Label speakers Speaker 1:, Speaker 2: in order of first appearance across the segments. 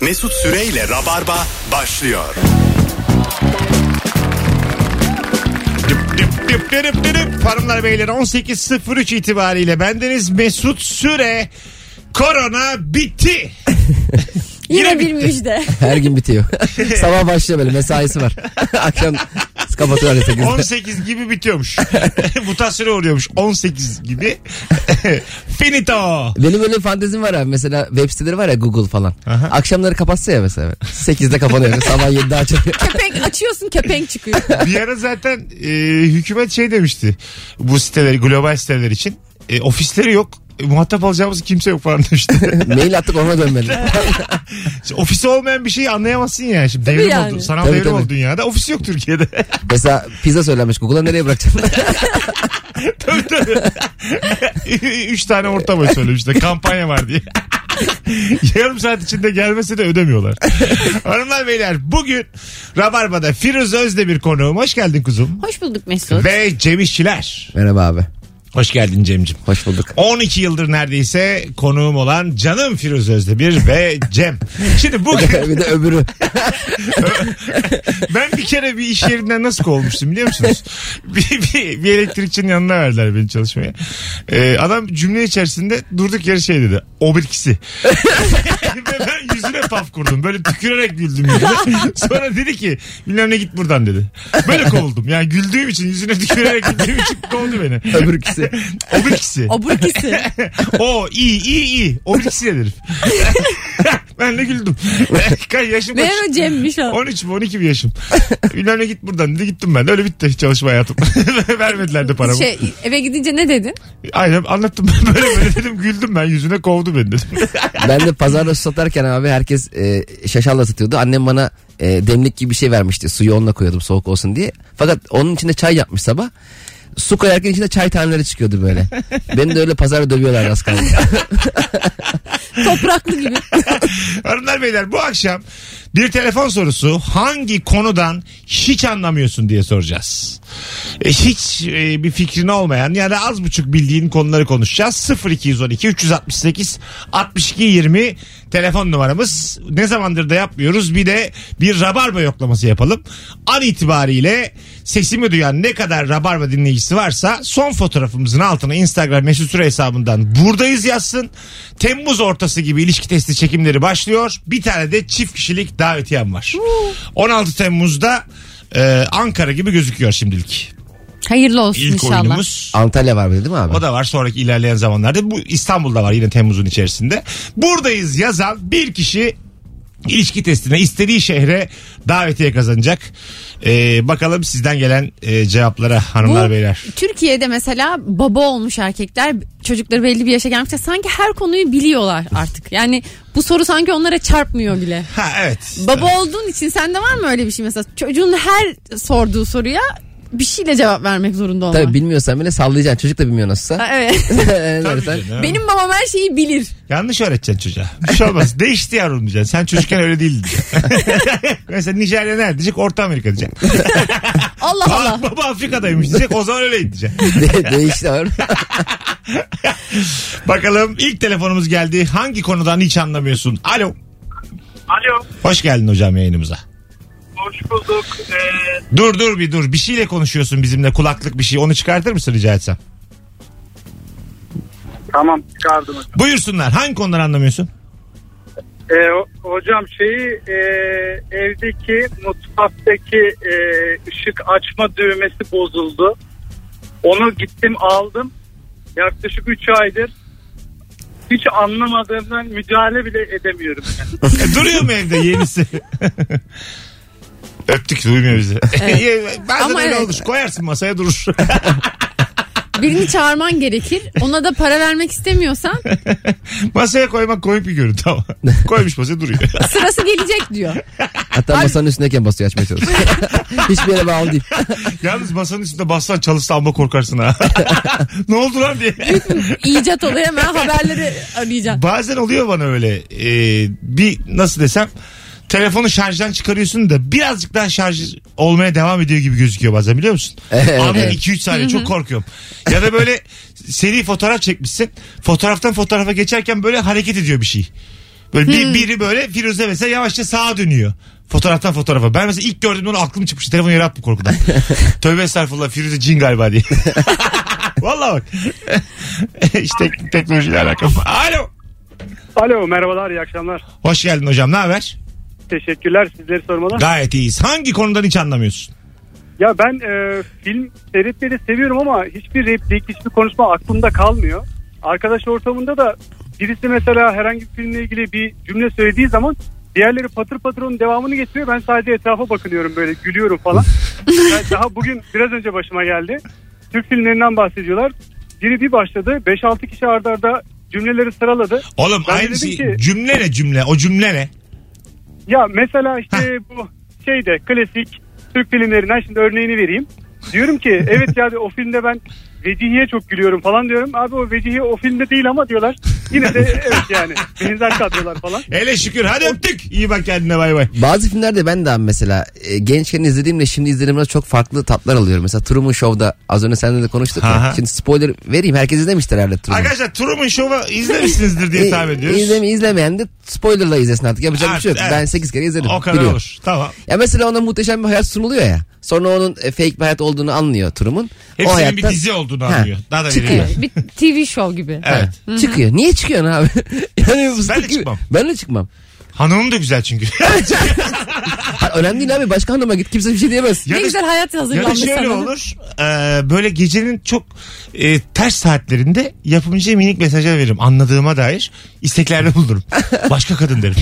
Speaker 1: Mesut Süreyle Rabarba başlıyor.
Speaker 2: Düp düp düp düp düp düp. Hanımlar beyler 18.03 itibariyle bendeniz Mesut Süre. Korona bitti.
Speaker 3: Yine,
Speaker 2: Yine
Speaker 3: bir müjde.
Speaker 4: Her gün bitiyor. Sabah başlıyor böyle mesaisi var. Akşam kapatıyor öyle 8'de.
Speaker 2: 18 gibi bitiyormuş. Mutasyona uğruyormuş 18 gibi. Finito.
Speaker 4: Benim öyle bir fantezim var abi. Mesela web siteleri var ya Google falan.
Speaker 2: Aha.
Speaker 4: Akşamları kapatsa ya mesela. 8'de kapanıyor. Sabah 7'de açılıyor.
Speaker 3: Kepenk açıyorsun kepenk çıkıyor.
Speaker 2: Bir ara zaten e, hükümet şey demişti. Bu siteleri global siteler için. e, ofisleri yok. e, muhatap alacağımız kimse yok falan demişti.
Speaker 4: Mail attık ona dönmeli.
Speaker 2: Şimdi ofisi olmayan bir şeyi anlayamazsın ya. Şimdi devrim
Speaker 3: yani.
Speaker 2: oldu. Sanal
Speaker 4: Tabii,
Speaker 2: devrim
Speaker 4: tabii.
Speaker 2: oldu dünyada. Ofis yok Türkiye'de.
Speaker 4: mesela pizza söylenmiş Google'a nereye bırakacağım?
Speaker 2: Tabii, tabii. Üç tane orta boy söylemişler. Kampanya var diye. Yarım saat içinde gelmese de ödemiyorlar. Hanımlar beyler bugün Rabarba'da Firuz Özdemir konuğum. Hoş geldin kuzum.
Speaker 3: Hoş bulduk Mesut.
Speaker 2: Ve Cem İşçiler.
Speaker 4: Merhaba abi.
Speaker 2: Hoş geldin Cem'cim.
Speaker 4: Hoş bulduk.
Speaker 2: 12 yıldır neredeyse konuğum olan canım Firuz Özdemir ve Cem. Şimdi bugün
Speaker 4: bir de öbürü.
Speaker 2: ben bir kere bir iş yerinden nasıl kovulmuştum biliyor musunuz? bir, bir, bir elektrikçinin yanına verdiler beni çalışmaya. Ee, adam cümle içerisinde durduk yere şey dedi. O birkisi. Ve ben yüzüne paf kurdum. Böyle tükürerek güldüm yüzüne. Sonra dedi ki bilmem ne git buradan dedi. Böyle kovuldum. Yani güldüğüm için yüzüne tükürerek güldüğüm için kovdu beni.
Speaker 4: Öbür ikisi.
Speaker 2: O birkisi.
Speaker 3: O burkisi.
Speaker 2: o iyi iyi iyi. O birkisi de herif. ben de güldüm. Kaç yaşım kaç?
Speaker 3: Meğer o Cem'miş o.
Speaker 2: 13 mü 12 mi yaşım? Bilmem ne git buradan dedi gittim ben. Öyle bitti çalışma hayatım. Vermediler de paramı.
Speaker 3: Şey, eve gidince ne dedin?
Speaker 2: Aynen anlattım ben böyle böyle dedim güldüm ben yüzüne kovdu beni dedim.
Speaker 4: Ben de pazarda su satarken abi herkes e, şaşalla satıyordu. Annem bana e, demlik gibi bir şey vermişti. Suyu onunla koyuyordum soğuk olsun diye. Fakat onun içinde çay yapmış sabah. Su koyarken içinde çay taneleri çıkıyordu böyle. Beni de öyle pazarda dövüyorlar az kaldı.
Speaker 3: Topraklı gibi.
Speaker 2: Hanımlar beyler bu akşam bir telefon sorusu hangi konudan hiç anlamıyorsun diye soracağız. E, Hiç e, bir fikrin olmayan ya da az buçuk bildiğin konuları konuşacağız. 0212 368 62 20 telefon numaramız. Ne zamandır da yapmıyoruz. Bir de bir rabarba yoklaması yapalım. An itibariyle sesimi duyan ne kadar rabarba dinleyicisi varsa son fotoğrafımızın altına Instagram mesut süre hesabından buradayız yazsın. Temmuz ortası gibi ilişki testi çekimleri başlıyor. Bir tane de çift kişilik davetiyem var. 16 Temmuz'da e, Ankara gibi gözüküyor şimdilik.
Speaker 3: Hayırlı olsun
Speaker 2: İlk
Speaker 3: inşallah.
Speaker 2: oyunumuz.
Speaker 4: Antalya var bir de değil mi abi?
Speaker 2: O da var sonraki ilerleyen zamanlarda. Bu İstanbul'da var yine Temmuz'un içerisinde. Buradayız yazan bir kişi ilişki testine istediği şehre davetiye kazanacak. Ee, bakalım sizden gelen e, cevaplara
Speaker 3: Bu
Speaker 2: hanımlar beyler.
Speaker 3: Türkiye'de mesela baba olmuş erkekler çocukları belli bir yaşa gelmişse sanki her konuyu biliyorlar artık. Yani bu soru sanki onlara çarpmıyor bile.
Speaker 2: Ha evet.
Speaker 3: Baba olduğun için sende var mı öyle bir şey mesela? Çocuğun her sorduğu soruya bir şeyle cevap vermek zorunda olmak.
Speaker 4: Tabii bilmiyorsan bile sallayacaksın. Çocuk da bilmiyor
Speaker 3: Ha,
Speaker 4: nasılsa.
Speaker 3: evet.
Speaker 4: Ne
Speaker 2: Tabii
Speaker 4: dersen-
Speaker 2: canım.
Speaker 3: Benim babam her şeyi bilir.
Speaker 2: Yanlış öğreteceksin çocuğa. Bir şey olmaz. Değişti yavrum diyeceksin. Sen çocukken öyle değildin. Mesela Nijerya nerede diyecek? Orta Amerika diyecek.
Speaker 3: Allah Allah.
Speaker 2: Aa, baba Afrika'daymış diyecek. O zaman öyleydi diyecek.
Speaker 4: De- değişti abi.
Speaker 2: Bakalım ilk telefonumuz geldi. Hangi konudan hiç anlamıyorsun? Alo.
Speaker 5: Alo.
Speaker 2: Hoş geldin hocam yayınımıza.
Speaker 5: Hoş bulduk. Ee,
Speaker 2: Dur dur bir dur. Bir şeyle konuşuyorsun bizimle. Kulaklık bir şey. Onu çıkartır mısın rica etsem?
Speaker 5: tamam çıkardım. hocam.
Speaker 2: Buyursunlar. Hangi konuları anlamıyorsun?
Speaker 5: Ee, ho- hocam şeyi e, evdeki mutfaktaki e, ışık açma düğmesi bozuldu. Onu gittim aldım. Yaklaşık 3 aydır hiç anlamadığımdan müdahale bile edemiyorum. Yani.
Speaker 2: E, duruyor mu evde yenisi? Öptük duymuyor bizi. Bazen
Speaker 3: Ama
Speaker 2: öyle
Speaker 3: evet.
Speaker 2: olur. Koyarsın masaya durur.
Speaker 3: Birini çağırman gerekir. Ona da para vermek istemiyorsan
Speaker 2: masaya koymak komik bir görüntü ama. Koymuş masaya duruyor.
Speaker 3: sırası gelecek diyor.
Speaker 4: Hatta masanın üstündeyken basıyor açmaya çalışıyor. Hiçbir yere bağlı değil.
Speaker 2: Yalnız masanın üstünde bassan çalışsa amma korkarsın ha. ne oldu lan diye.
Speaker 3: İcat oluyor hemen haberleri arayacaksın.
Speaker 2: Bazen oluyor bana öyle. Ee, bir nasıl desem telefonu şarjdan çıkarıyorsun da birazcık daha şarj olmaya devam ediyor gibi gözüküyor bazen biliyor musun?
Speaker 4: Evet.
Speaker 2: Abi 2-3 saniye çok korkuyorum. Ya da böyle seri fotoğraf çekmişsin. Fotoğraftan fotoğrafa geçerken böyle hareket ediyor bir şey. Böyle bir- biri böyle Firuze mesela yavaşça sağa dönüyor. Fotoğraftan fotoğrafa. Ben mesela ilk gördüğümde onu aklım çıkmıştı. Telefonu yere attım korkudan. Tövbe estağfurullah Firuze cin galiba diye. Valla bak. işte teknolojiyle alakalı. Alo.
Speaker 5: Alo merhabalar iyi akşamlar.
Speaker 2: Hoş geldin hocam ne haber?
Speaker 5: Teşekkürler sizleri sormadan.
Speaker 2: Gayet iyiyiz. Hangi konudan hiç anlamıyorsun?
Speaker 5: Ya ben e, film seyretmeyi de seviyorum ama hiçbir replik, hiçbir konuşma aklımda kalmıyor. Arkadaş ortamında da birisi mesela herhangi bir filmle ilgili bir cümle söylediği zaman diğerleri patır patır onun devamını getiriyor. Ben sadece etrafa bakınıyorum böyle gülüyorum falan. Yani daha bugün biraz önce başıma geldi. Türk filmlerinden bahsediyorlar. Biri bir başladı 5-6 kişi arda arda cümleleri sıraladı.
Speaker 2: Oğlum
Speaker 5: Ben de
Speaker 2: aynısı
Speaker 5: dedim ki-
Speaker 2: cümle ne cümle? O cümle ne?
Speaker 5: Ya mesela işte bu şeyde klasik Türk filmlerinden şimdi örneğini vereyim. Diyorum ki evet ya o filmde ben Vecihi'ye çok gülüyorum falan diyorum. Abi o Vecihi o filmde değil ama diyorlar. Yine de evet yani benzer kadrolar falan.
Speaker 2: Hele şükür hadi öptük. İyi bak kendine bay bay.
Speaker 4: Bazı filmlerde ben de abi mesela e, gençken izlediğimle şimdi izlediğimde çok farklı tatlar alıyorum. Mesela Truman Show'da az önce seninle de konuştuk. ya.
Speaker 2: Aha.
Speaker 4: Şimdi spoiler vereyim herkes izlemiştir herhalde Truman.
Speaker 2: Arkadaşlar Truman Show'u izlemişsinizdir diye tahmin ediyoruz.
Speaker 4: İzleme, izlemeyen de spoilerla izlesin artık yapacak bir şey yok.
Speaker 2: Evet, evet.
Speaker 4: Ben 8 kere izledim.
Speaker 2: O kadar
Speaker 4: biliyorum.
Speaker 2: olur. Tamam.
Speaker 4: Ya mesela ona muhteşem bir hayat sunuluyor ya. Sonra onun e, fake bir hayat olduğunu anlıyor Turum'un.
Speaker 2: Hepsinin bir dizi olduğunu
Speaker 4: Ha,
Speaker 2: anlıyor. Daha da
Speaker 4: çıkıyor.
Speaker 2: veriyor.
Speaker 3: Evet, bir TV show gibi.
Speaker 2: Evet.
Speaker 4: Çıkıyor. Niye çıkıyorsun abi? yani bu
Speaker 2: Ben de
Speaker 4: gibi-
Speaker 2: çıkmam.
Speaker 4: Ben de çıkmam.
Speaker 2: Hanımım da güzel çünkü.
Speaker 4: Ha, önemli değil abi. Başka hanıma git kimse bir şey diyemez.
Speaker 2: Ya
Speaker 3: ne
Speaker 2: da-
Speaker 3: güzel hayat
Speaker 2: ya da
Speaker 3: hazırlanmış
Speaker 2: şöyle
Speaker 3: sana.
Speaker 2: olur. e, böyle gecenin çok e, ters saatlerinde yapımcıya minik mesajlar veririm. Anladığıma dair isteklerde bulunurum. Başka kadın derim.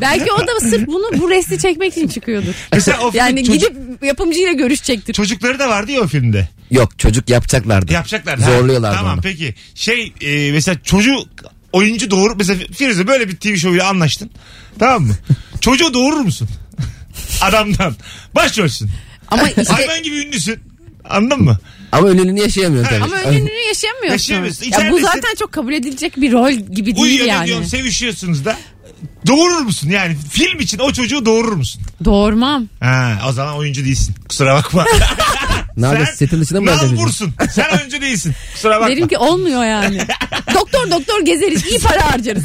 Speaker 3: Belki o da sırf bunu bu resmi çekmek için çıkıyordur.
Speaker 2: Mesela o film
Speaker 3: Yani
Speaker 2: çocuk-
Speaker 3: gidip yapımcıyla görüşecektir.
Speaker 2: Çocukları da vardı ya o filmde.
Speaker 4: Yok çocuk yapacaklardı.
Speaker 2: Yapacaklar.
Speaker 4: Zorluyorlardı
Speaker 2: Tamam
Speaker 4: onu.
Speaker 2: peki. Şey e, mesela çocuk oyuncu doğur. Mesela Firuze böyle bir TV show ile anlaştın. Tamam mı? Çocuğu doğurur musun? Adamdan. Başrolsün.
Speaker 3: Ama işte
Speaker 2: Hayvan gibi ünlüsün. Anladın mı?
Speaker 4: Ama ölülünü yaşayamıyor tabii.
Speaker 3: ama önünü yaşayamıyorsun.
Speaker 2: Yaşayamıyorsun.
Speaker 3: Ya bu
Speaker 2: İçeridesin.
Speaker 3: zaten çok kabul edilecek bir rol gibi değil
Speaker 2: Uyuyor
Speaker 3: yani.
Speaker 2: diyorsun sevişiyorsunuz da. Doğurur musun yani? Film için o çocuğu doğurur musun?
Speaker 3: Doğurmam.
Speaker 2: Ha, o zaman oyuncu değilsin. Kusura bakma.
Speaker 4: Ne yapacağız? Setin dışına mı bırakacaksın?
Speaker 2: nalbursun. Sen oyuncu değilsin. Kusura bakma.
Speaker 3: Derim ki olmuyor yani. doktor doktor gezeriz. iyi para harcarız.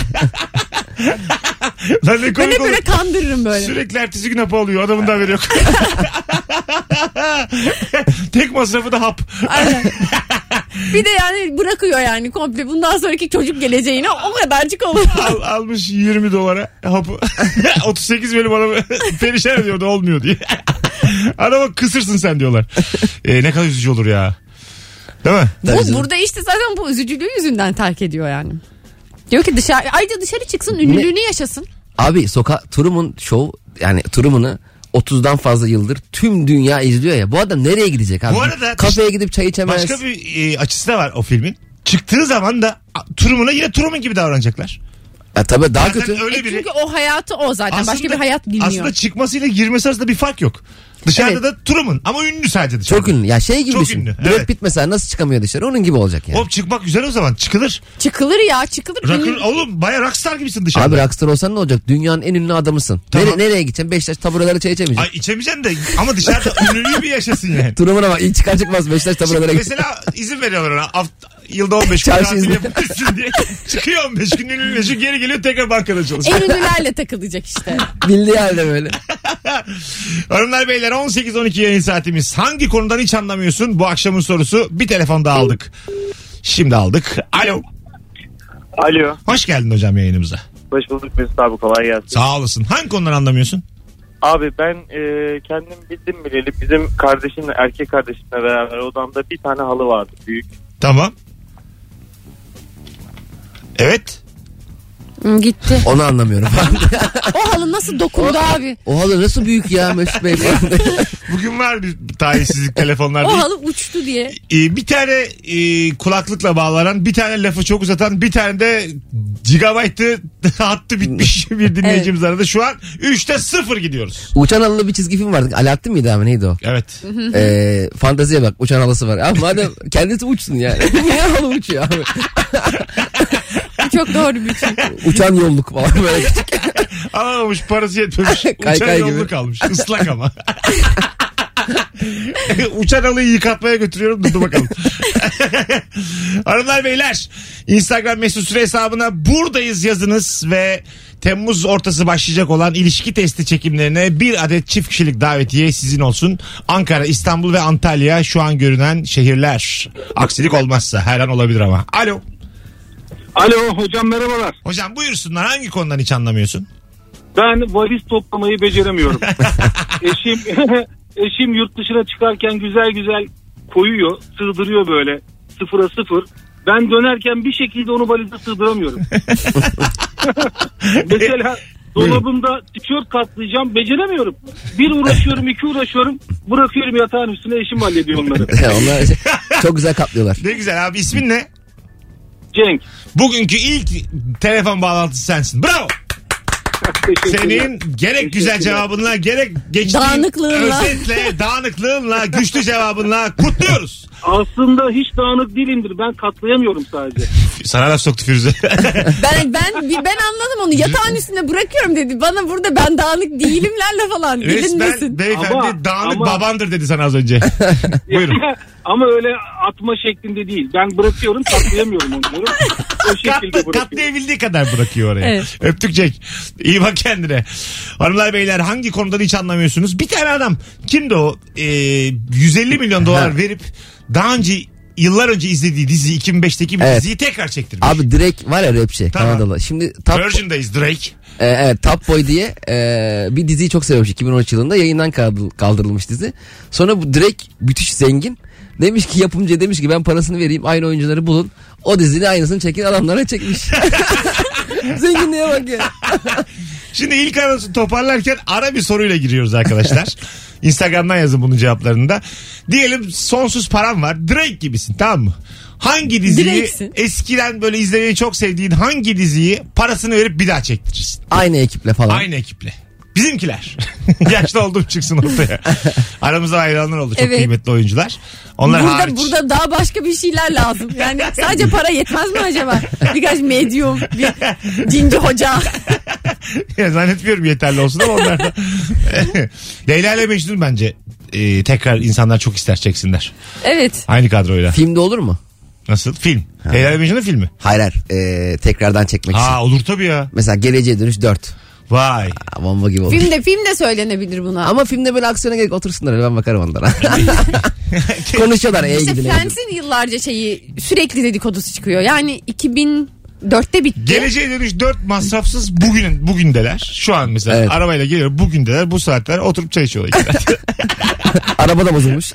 Speaker 2: Ben de
Speaker 3: Ben
Speaker 2: komik
Speaker 3: hep
Speaker 2: olur.
Speaker 3: böyle kandırırım böyle.
Speaker 2: Sürekli ertesi gün hapı alıyor. Adamın da haberi yok. Tek masrafı da hap.
Speaker 3: Aynen. Bir de yani bırakıyor yani komple. Bundan sonraki çocuk geleceğine o kadarcık olur.
Speaker 2: Al- almış 20 dolara hapı. 38 bölüm adamı perişan ediyordu olmuyor diye. Adama kısırsın sen diyorlar. Ee, ne kadar üzücü olur ya. Değil mi?
Speaker 4: Tabii
Speaker 3: bu,
Speaker 4: canım.
Speaker 3: burada işte zaten bu üzücülüğü yüzünden terk ediyor yani. Diyor ki dışarı, ayrıca dışarı çıksın ünlülüğünü yaşasın.
Speaker 4: Abi soka Turum'un show yani Turum'unu 30'dan fazla yıldır tüm dünya izliyor ya. Bu adam nereye gidecek abi?
Speaker 2: Bu arada-
Speaker 4: Kafeye gidip çay içemez.
Speaker 2: Başka bir e, açısı da var o filmin. Çıktığı zaman da a, Truman'a yine Truman gibi davranacaklar.
Speaker 4: Ya tabii daha
Speaker 2: Zaten
Speaker 4: kötü.
Speaker 2: öyle
Speaker 3: E
Speaker 2: biri.
Speaker 3: çünkü o hayatı o zaten. Başka bir hayat bilmiyor.
Speaker 2: Aslında çıkmasıyla girmesi arasında bir fark yok. Dışarıda
Speaker 4: Evet.
Speaker 2: da Truman ama ünlü sadece dışarıda.
Speaker 4: Çok ünlü. Ya şey gibi
Speaker 2: Çok
Speaker 4: düşün.
Speaker 2: ünlü,
Speaker 4: Brad
Speaker 2: evet.
Speaker 4: Pitt mesela nasıl çıkamıyor dışarı? Onun gibi olacak yani.
Speaker 2: Oğlum çıkmak güzel o zaman çıkılır.
Speaker 3: Çıkılır ya çıkılır.
Speaker 2: Rock'ın,
Speaker 3: Ünlü-
Speaker 2: oğlum baya rockstar gibisin dışarıda.
Speaker 4: Abi rockstar olsan ne olacak? Dünyanın en ünlü adamısın.
Speaker 2: Tamam.
Speaker 4: Nere- nereye gideceksin? Beşiktaş taburelere çay içemeyeceksin.
Speaker 2: Ay içemeyeceksin de ama dışarıda ünlülüğü bir yaşasın yani.
Speaker 4: Durumuna bak. İyi çıkar çıkmaz Beşiktaş taburelere git.
Speaker 2: Mesela izin veriyorlar ona. Haft- yılda 15 gün
Speaker 4: Çarşı
Speaker 2: tatil
Speaker 4: izni.
Speaker 2: yapıyorsun diye. Çıkıyor 15 gün ünlü meşhur geri geliyor tekrar bankada çalışıyor.
Speaker 3: En ünlülerle takılacak işte.
Speaker 4: Bildiği halde böyle. E-
Speaker 2: Hanımlar beyler 18-12 yayın saatimiz. Hangi konudan hiç anlamıyorsun? Bu akşamın sorusu bir telefon daha aldık. Şimdi aldık. Alo.
Speaker 5: Alo.
Speaker 2: Hoş geldin hocam yayınımıza.
Speaker 5: Hoş bulduk Mesut abi kolay gelsin.
Speaker 2: Sağ olasın. Hangi konudan anlamıyorsun?
Speaker 5: Abi ben e, kendim bildim bileli bizim kardeşimle erkek kardeşimle beraber odamda bir tane halı vardı büyük.
Speaker 2: Tamam. Evet.
Speaker 3: Gitti.
Speaker 4: Onu anlamıyorum.
Speaker 3: O halı nasıl dokundu abi?
Speaker 4: o halı nasıl büyük ya Mesut Bey.
Speaker 2: Bugün var bir talihsizlik telefonlarda.
Speaker 3: O halı uçtu diye.
Speaker 2: Ee, bir tane e, kulaklıkla bağlanan, bir tane lafı çok uzatan, bir tane de gigabaytı hattı bitmiş bir dinleyicimiz aradı. Şu an 3'te 0 gidiyoruz.
Speaker 4: Uçan halılı bir çizgi film vardı. Alaaddin miydi abi neydi o?
Speaker 2: Evet.
Speaker 4: Ee, fanteziye bak uçan halısı var. Abi madem kendisi uçsun yani. Niye halı uçuyor abi?
Speaker 3: Bu Çok doğru bir şey.
Speaker 4: Uçan yolluk falan böyle.
Speaker 2: Alamamış parası yetmemiş.
Speaker 4: Kaykay
Speaker 2: Uçan yolda
Speaker 4: gibi.
Speaker 2: kalmış. Islak ama. Uçan halıyı yıkatmaya götürüyorum. Dur bakalım. Hanımlar beyler Instagram mesut süre hesabına buradayız yazınız ve Temmuz ortası başlayacak olan ilişki testi çekimlerine bir adet çift kişilik davetiye sizin olsun. Ankara, İstanbul ve Antalya şu an görünen şehirler. Aksilik olmazsa her an olabilir ama. Alo.
Speaker 5: Alo hocam merhabalar.
Speaker 2: Hocam buyursunlar hangi konudan hiç anlamıyorsun?
Speaker 5: Ben valiz toplamayı beceremiyorum. eşim eşim yurt dışına çıkarken güzel güzel koyuyor, sığdırıyor böyle sıfıra sıfır. Ben dönerken bir şekilde onu valize sığdıramıyorum. Mesela dolabımda tişört katlayacağım beceremiyorum. Bir uğraşıyorum iki uğraşıyorum bırakıyorum yatağın üstüne eşim hallediyor onları.
Speaker 4: Onlar şey, çok güzel katlıyorlar.
Speaker 2: Ne güzel abi ismin ne?
Speaker 5: Cenk.
Speaker 2: Bugünkü ilk telefon bağlantısı sensin. Bravo.
Speaker 5: teşekkürler.
Speaker 2: Senin gerek güzel cevabınla gerek geçtiğin
Speaker 3: Dağınıklığınla.
Speaker 2: özetle dağınıklığınla güçlü cevabınla kutluyoruz.
Speaker 5: Aslında hiç dağınık değilimdir. Ben katlayamıyorum sadece.
Speaker 2: Sana laf soktu Firuze.
Speaker 3: Ben ben bir- ben anladım onu. Yatağın üstüne bırakıyorum dedi. Bana burada ben dağınık değilimlerle falan
Speaker 2: Resmen
Speaker 3: bilinmesin.
Speaker 2: beyefendi
Speaker 5: Ama-
Speaker 2: dağınık
Speaker 5: ama-
Speaker 2: babandır dedi sana az önce. Buyurun.
Speaker 5: Ama öyle atma şeklinde değil. Ben bırakıyorum katlayamıyorum onları. O şekilde
Speaker 2: Kat,
Speaker 5: bırakıyorum.
Speaker 2: katlayabildiği kadar bırakıyor oraya.
Speaker 3: Evet.
Speaker 2: Öptük Cenk. İyi bak kendine. Hanımlar beyler hangi konuda hiç anlamıyorsunuz? Bir tane adam kimdi o? Ee, 150 milyon dolar
Speaker 4: Ha.
Speaker 2: verip daha önce yıllar önce izlediği dizi 2005'teki bir
Speaker 4: Evet.
Speaker 2: diziyi tekrar çektirmiş. Abi,
Speaker 4: Abi direkt var ya rapçi
Speaker 2: Tamam.
Speaker 4: Kanadalı. Şimdi Top,
Speaker 2: Virgin'dayız Drake.
Speaker 4: e, evet, Top Boy diye e, bir diziyi çok seviyormuş 2013 yılında. Yayından kaldı- kaldırılmış dizi. Sonra bu direkt müthiş zengin. Demiş ki yapımcıya demiş ki ben parasını vereyim aynı oyuncuları bulun. O dizinin aynısını çekin adamlara çekmiş. Zenginliğe bak ya.
Speaker 2: Şimdi ilk anonsu toparlarken ara bir soruyla giriyoruz arkadaşlar. Instagram'dan yazın bunun cevaplarını da. Diyelim sonsuz param var. Drake gibisin tamam mı? Hangi diziyi
Speaker 3: Drake'sin.
Speaker 2: eskiden böyle izlemeyi çok sevdiğin hangi diziyi parasını verip bir daha çektirirsin?
Speaker 4: Aynı ekiple falan.
Speaker 2: Aynı ekiple. Bizimkiler. Yaşlı oldum çıksın ortaya. Aramızda hayranlar oldu çok
Speaker 3: Evet.
Speaker 2: kıymetli oyuncular. Onlar
Speaker 3: Burada
Speaker 2: hariç.
Speaker 3: burada daha başka bir şeyler lazım. Yani sadece para yetmez mi acaba? Birkaç medyum, bir dinci hoca.
Speaker 2: Zannetmiyorum yeterli olsun ama onlar da. Leyla ile Mecnun bence e, tekrar insanlar çok ister çeksinler.
Speaker 3: Evet.
Speaker 2: Aynı kadroyla.
Speaker 4: Filmde olur mu?
Speaker 2: Nasıl? Film. Leyla ile Mecnun'un filmi.
Speaker 4: Hayır hayır. E, tekrardan çekmek için.
Speaker 2: Aa olur tabii ya.
Speaker 4: Mesela Geleceğe Dönüş 4.
Speaker 2: Vay.
Speaker 4: Aa, bomba gibi olur.
Speaker 3: Filmde film de söylenebilir buna. Ama
Speaker 4: Ama filmde böyle aksiyona gerek otursunlar öyle ben bakarım onlara. Konuşuyorlar ey
Speaker 3: işte
Speaker 4: gidin ey gidin.
Speaker 3: Friends'in yıllarca şeyi sürekli dedikodusu çıkıyor. Yani 2004'te bitti.
Speaker 2: Geleceğe dönüş 4 masrafsız bugünün bugündeler. Şu an mesela
Speaker 4: Evet.
Speaker 2: arabayla geliyor bugündeler bu saatler oturup çay içiyorlar. işte.
Speaker 4: Araba da bozulmuş.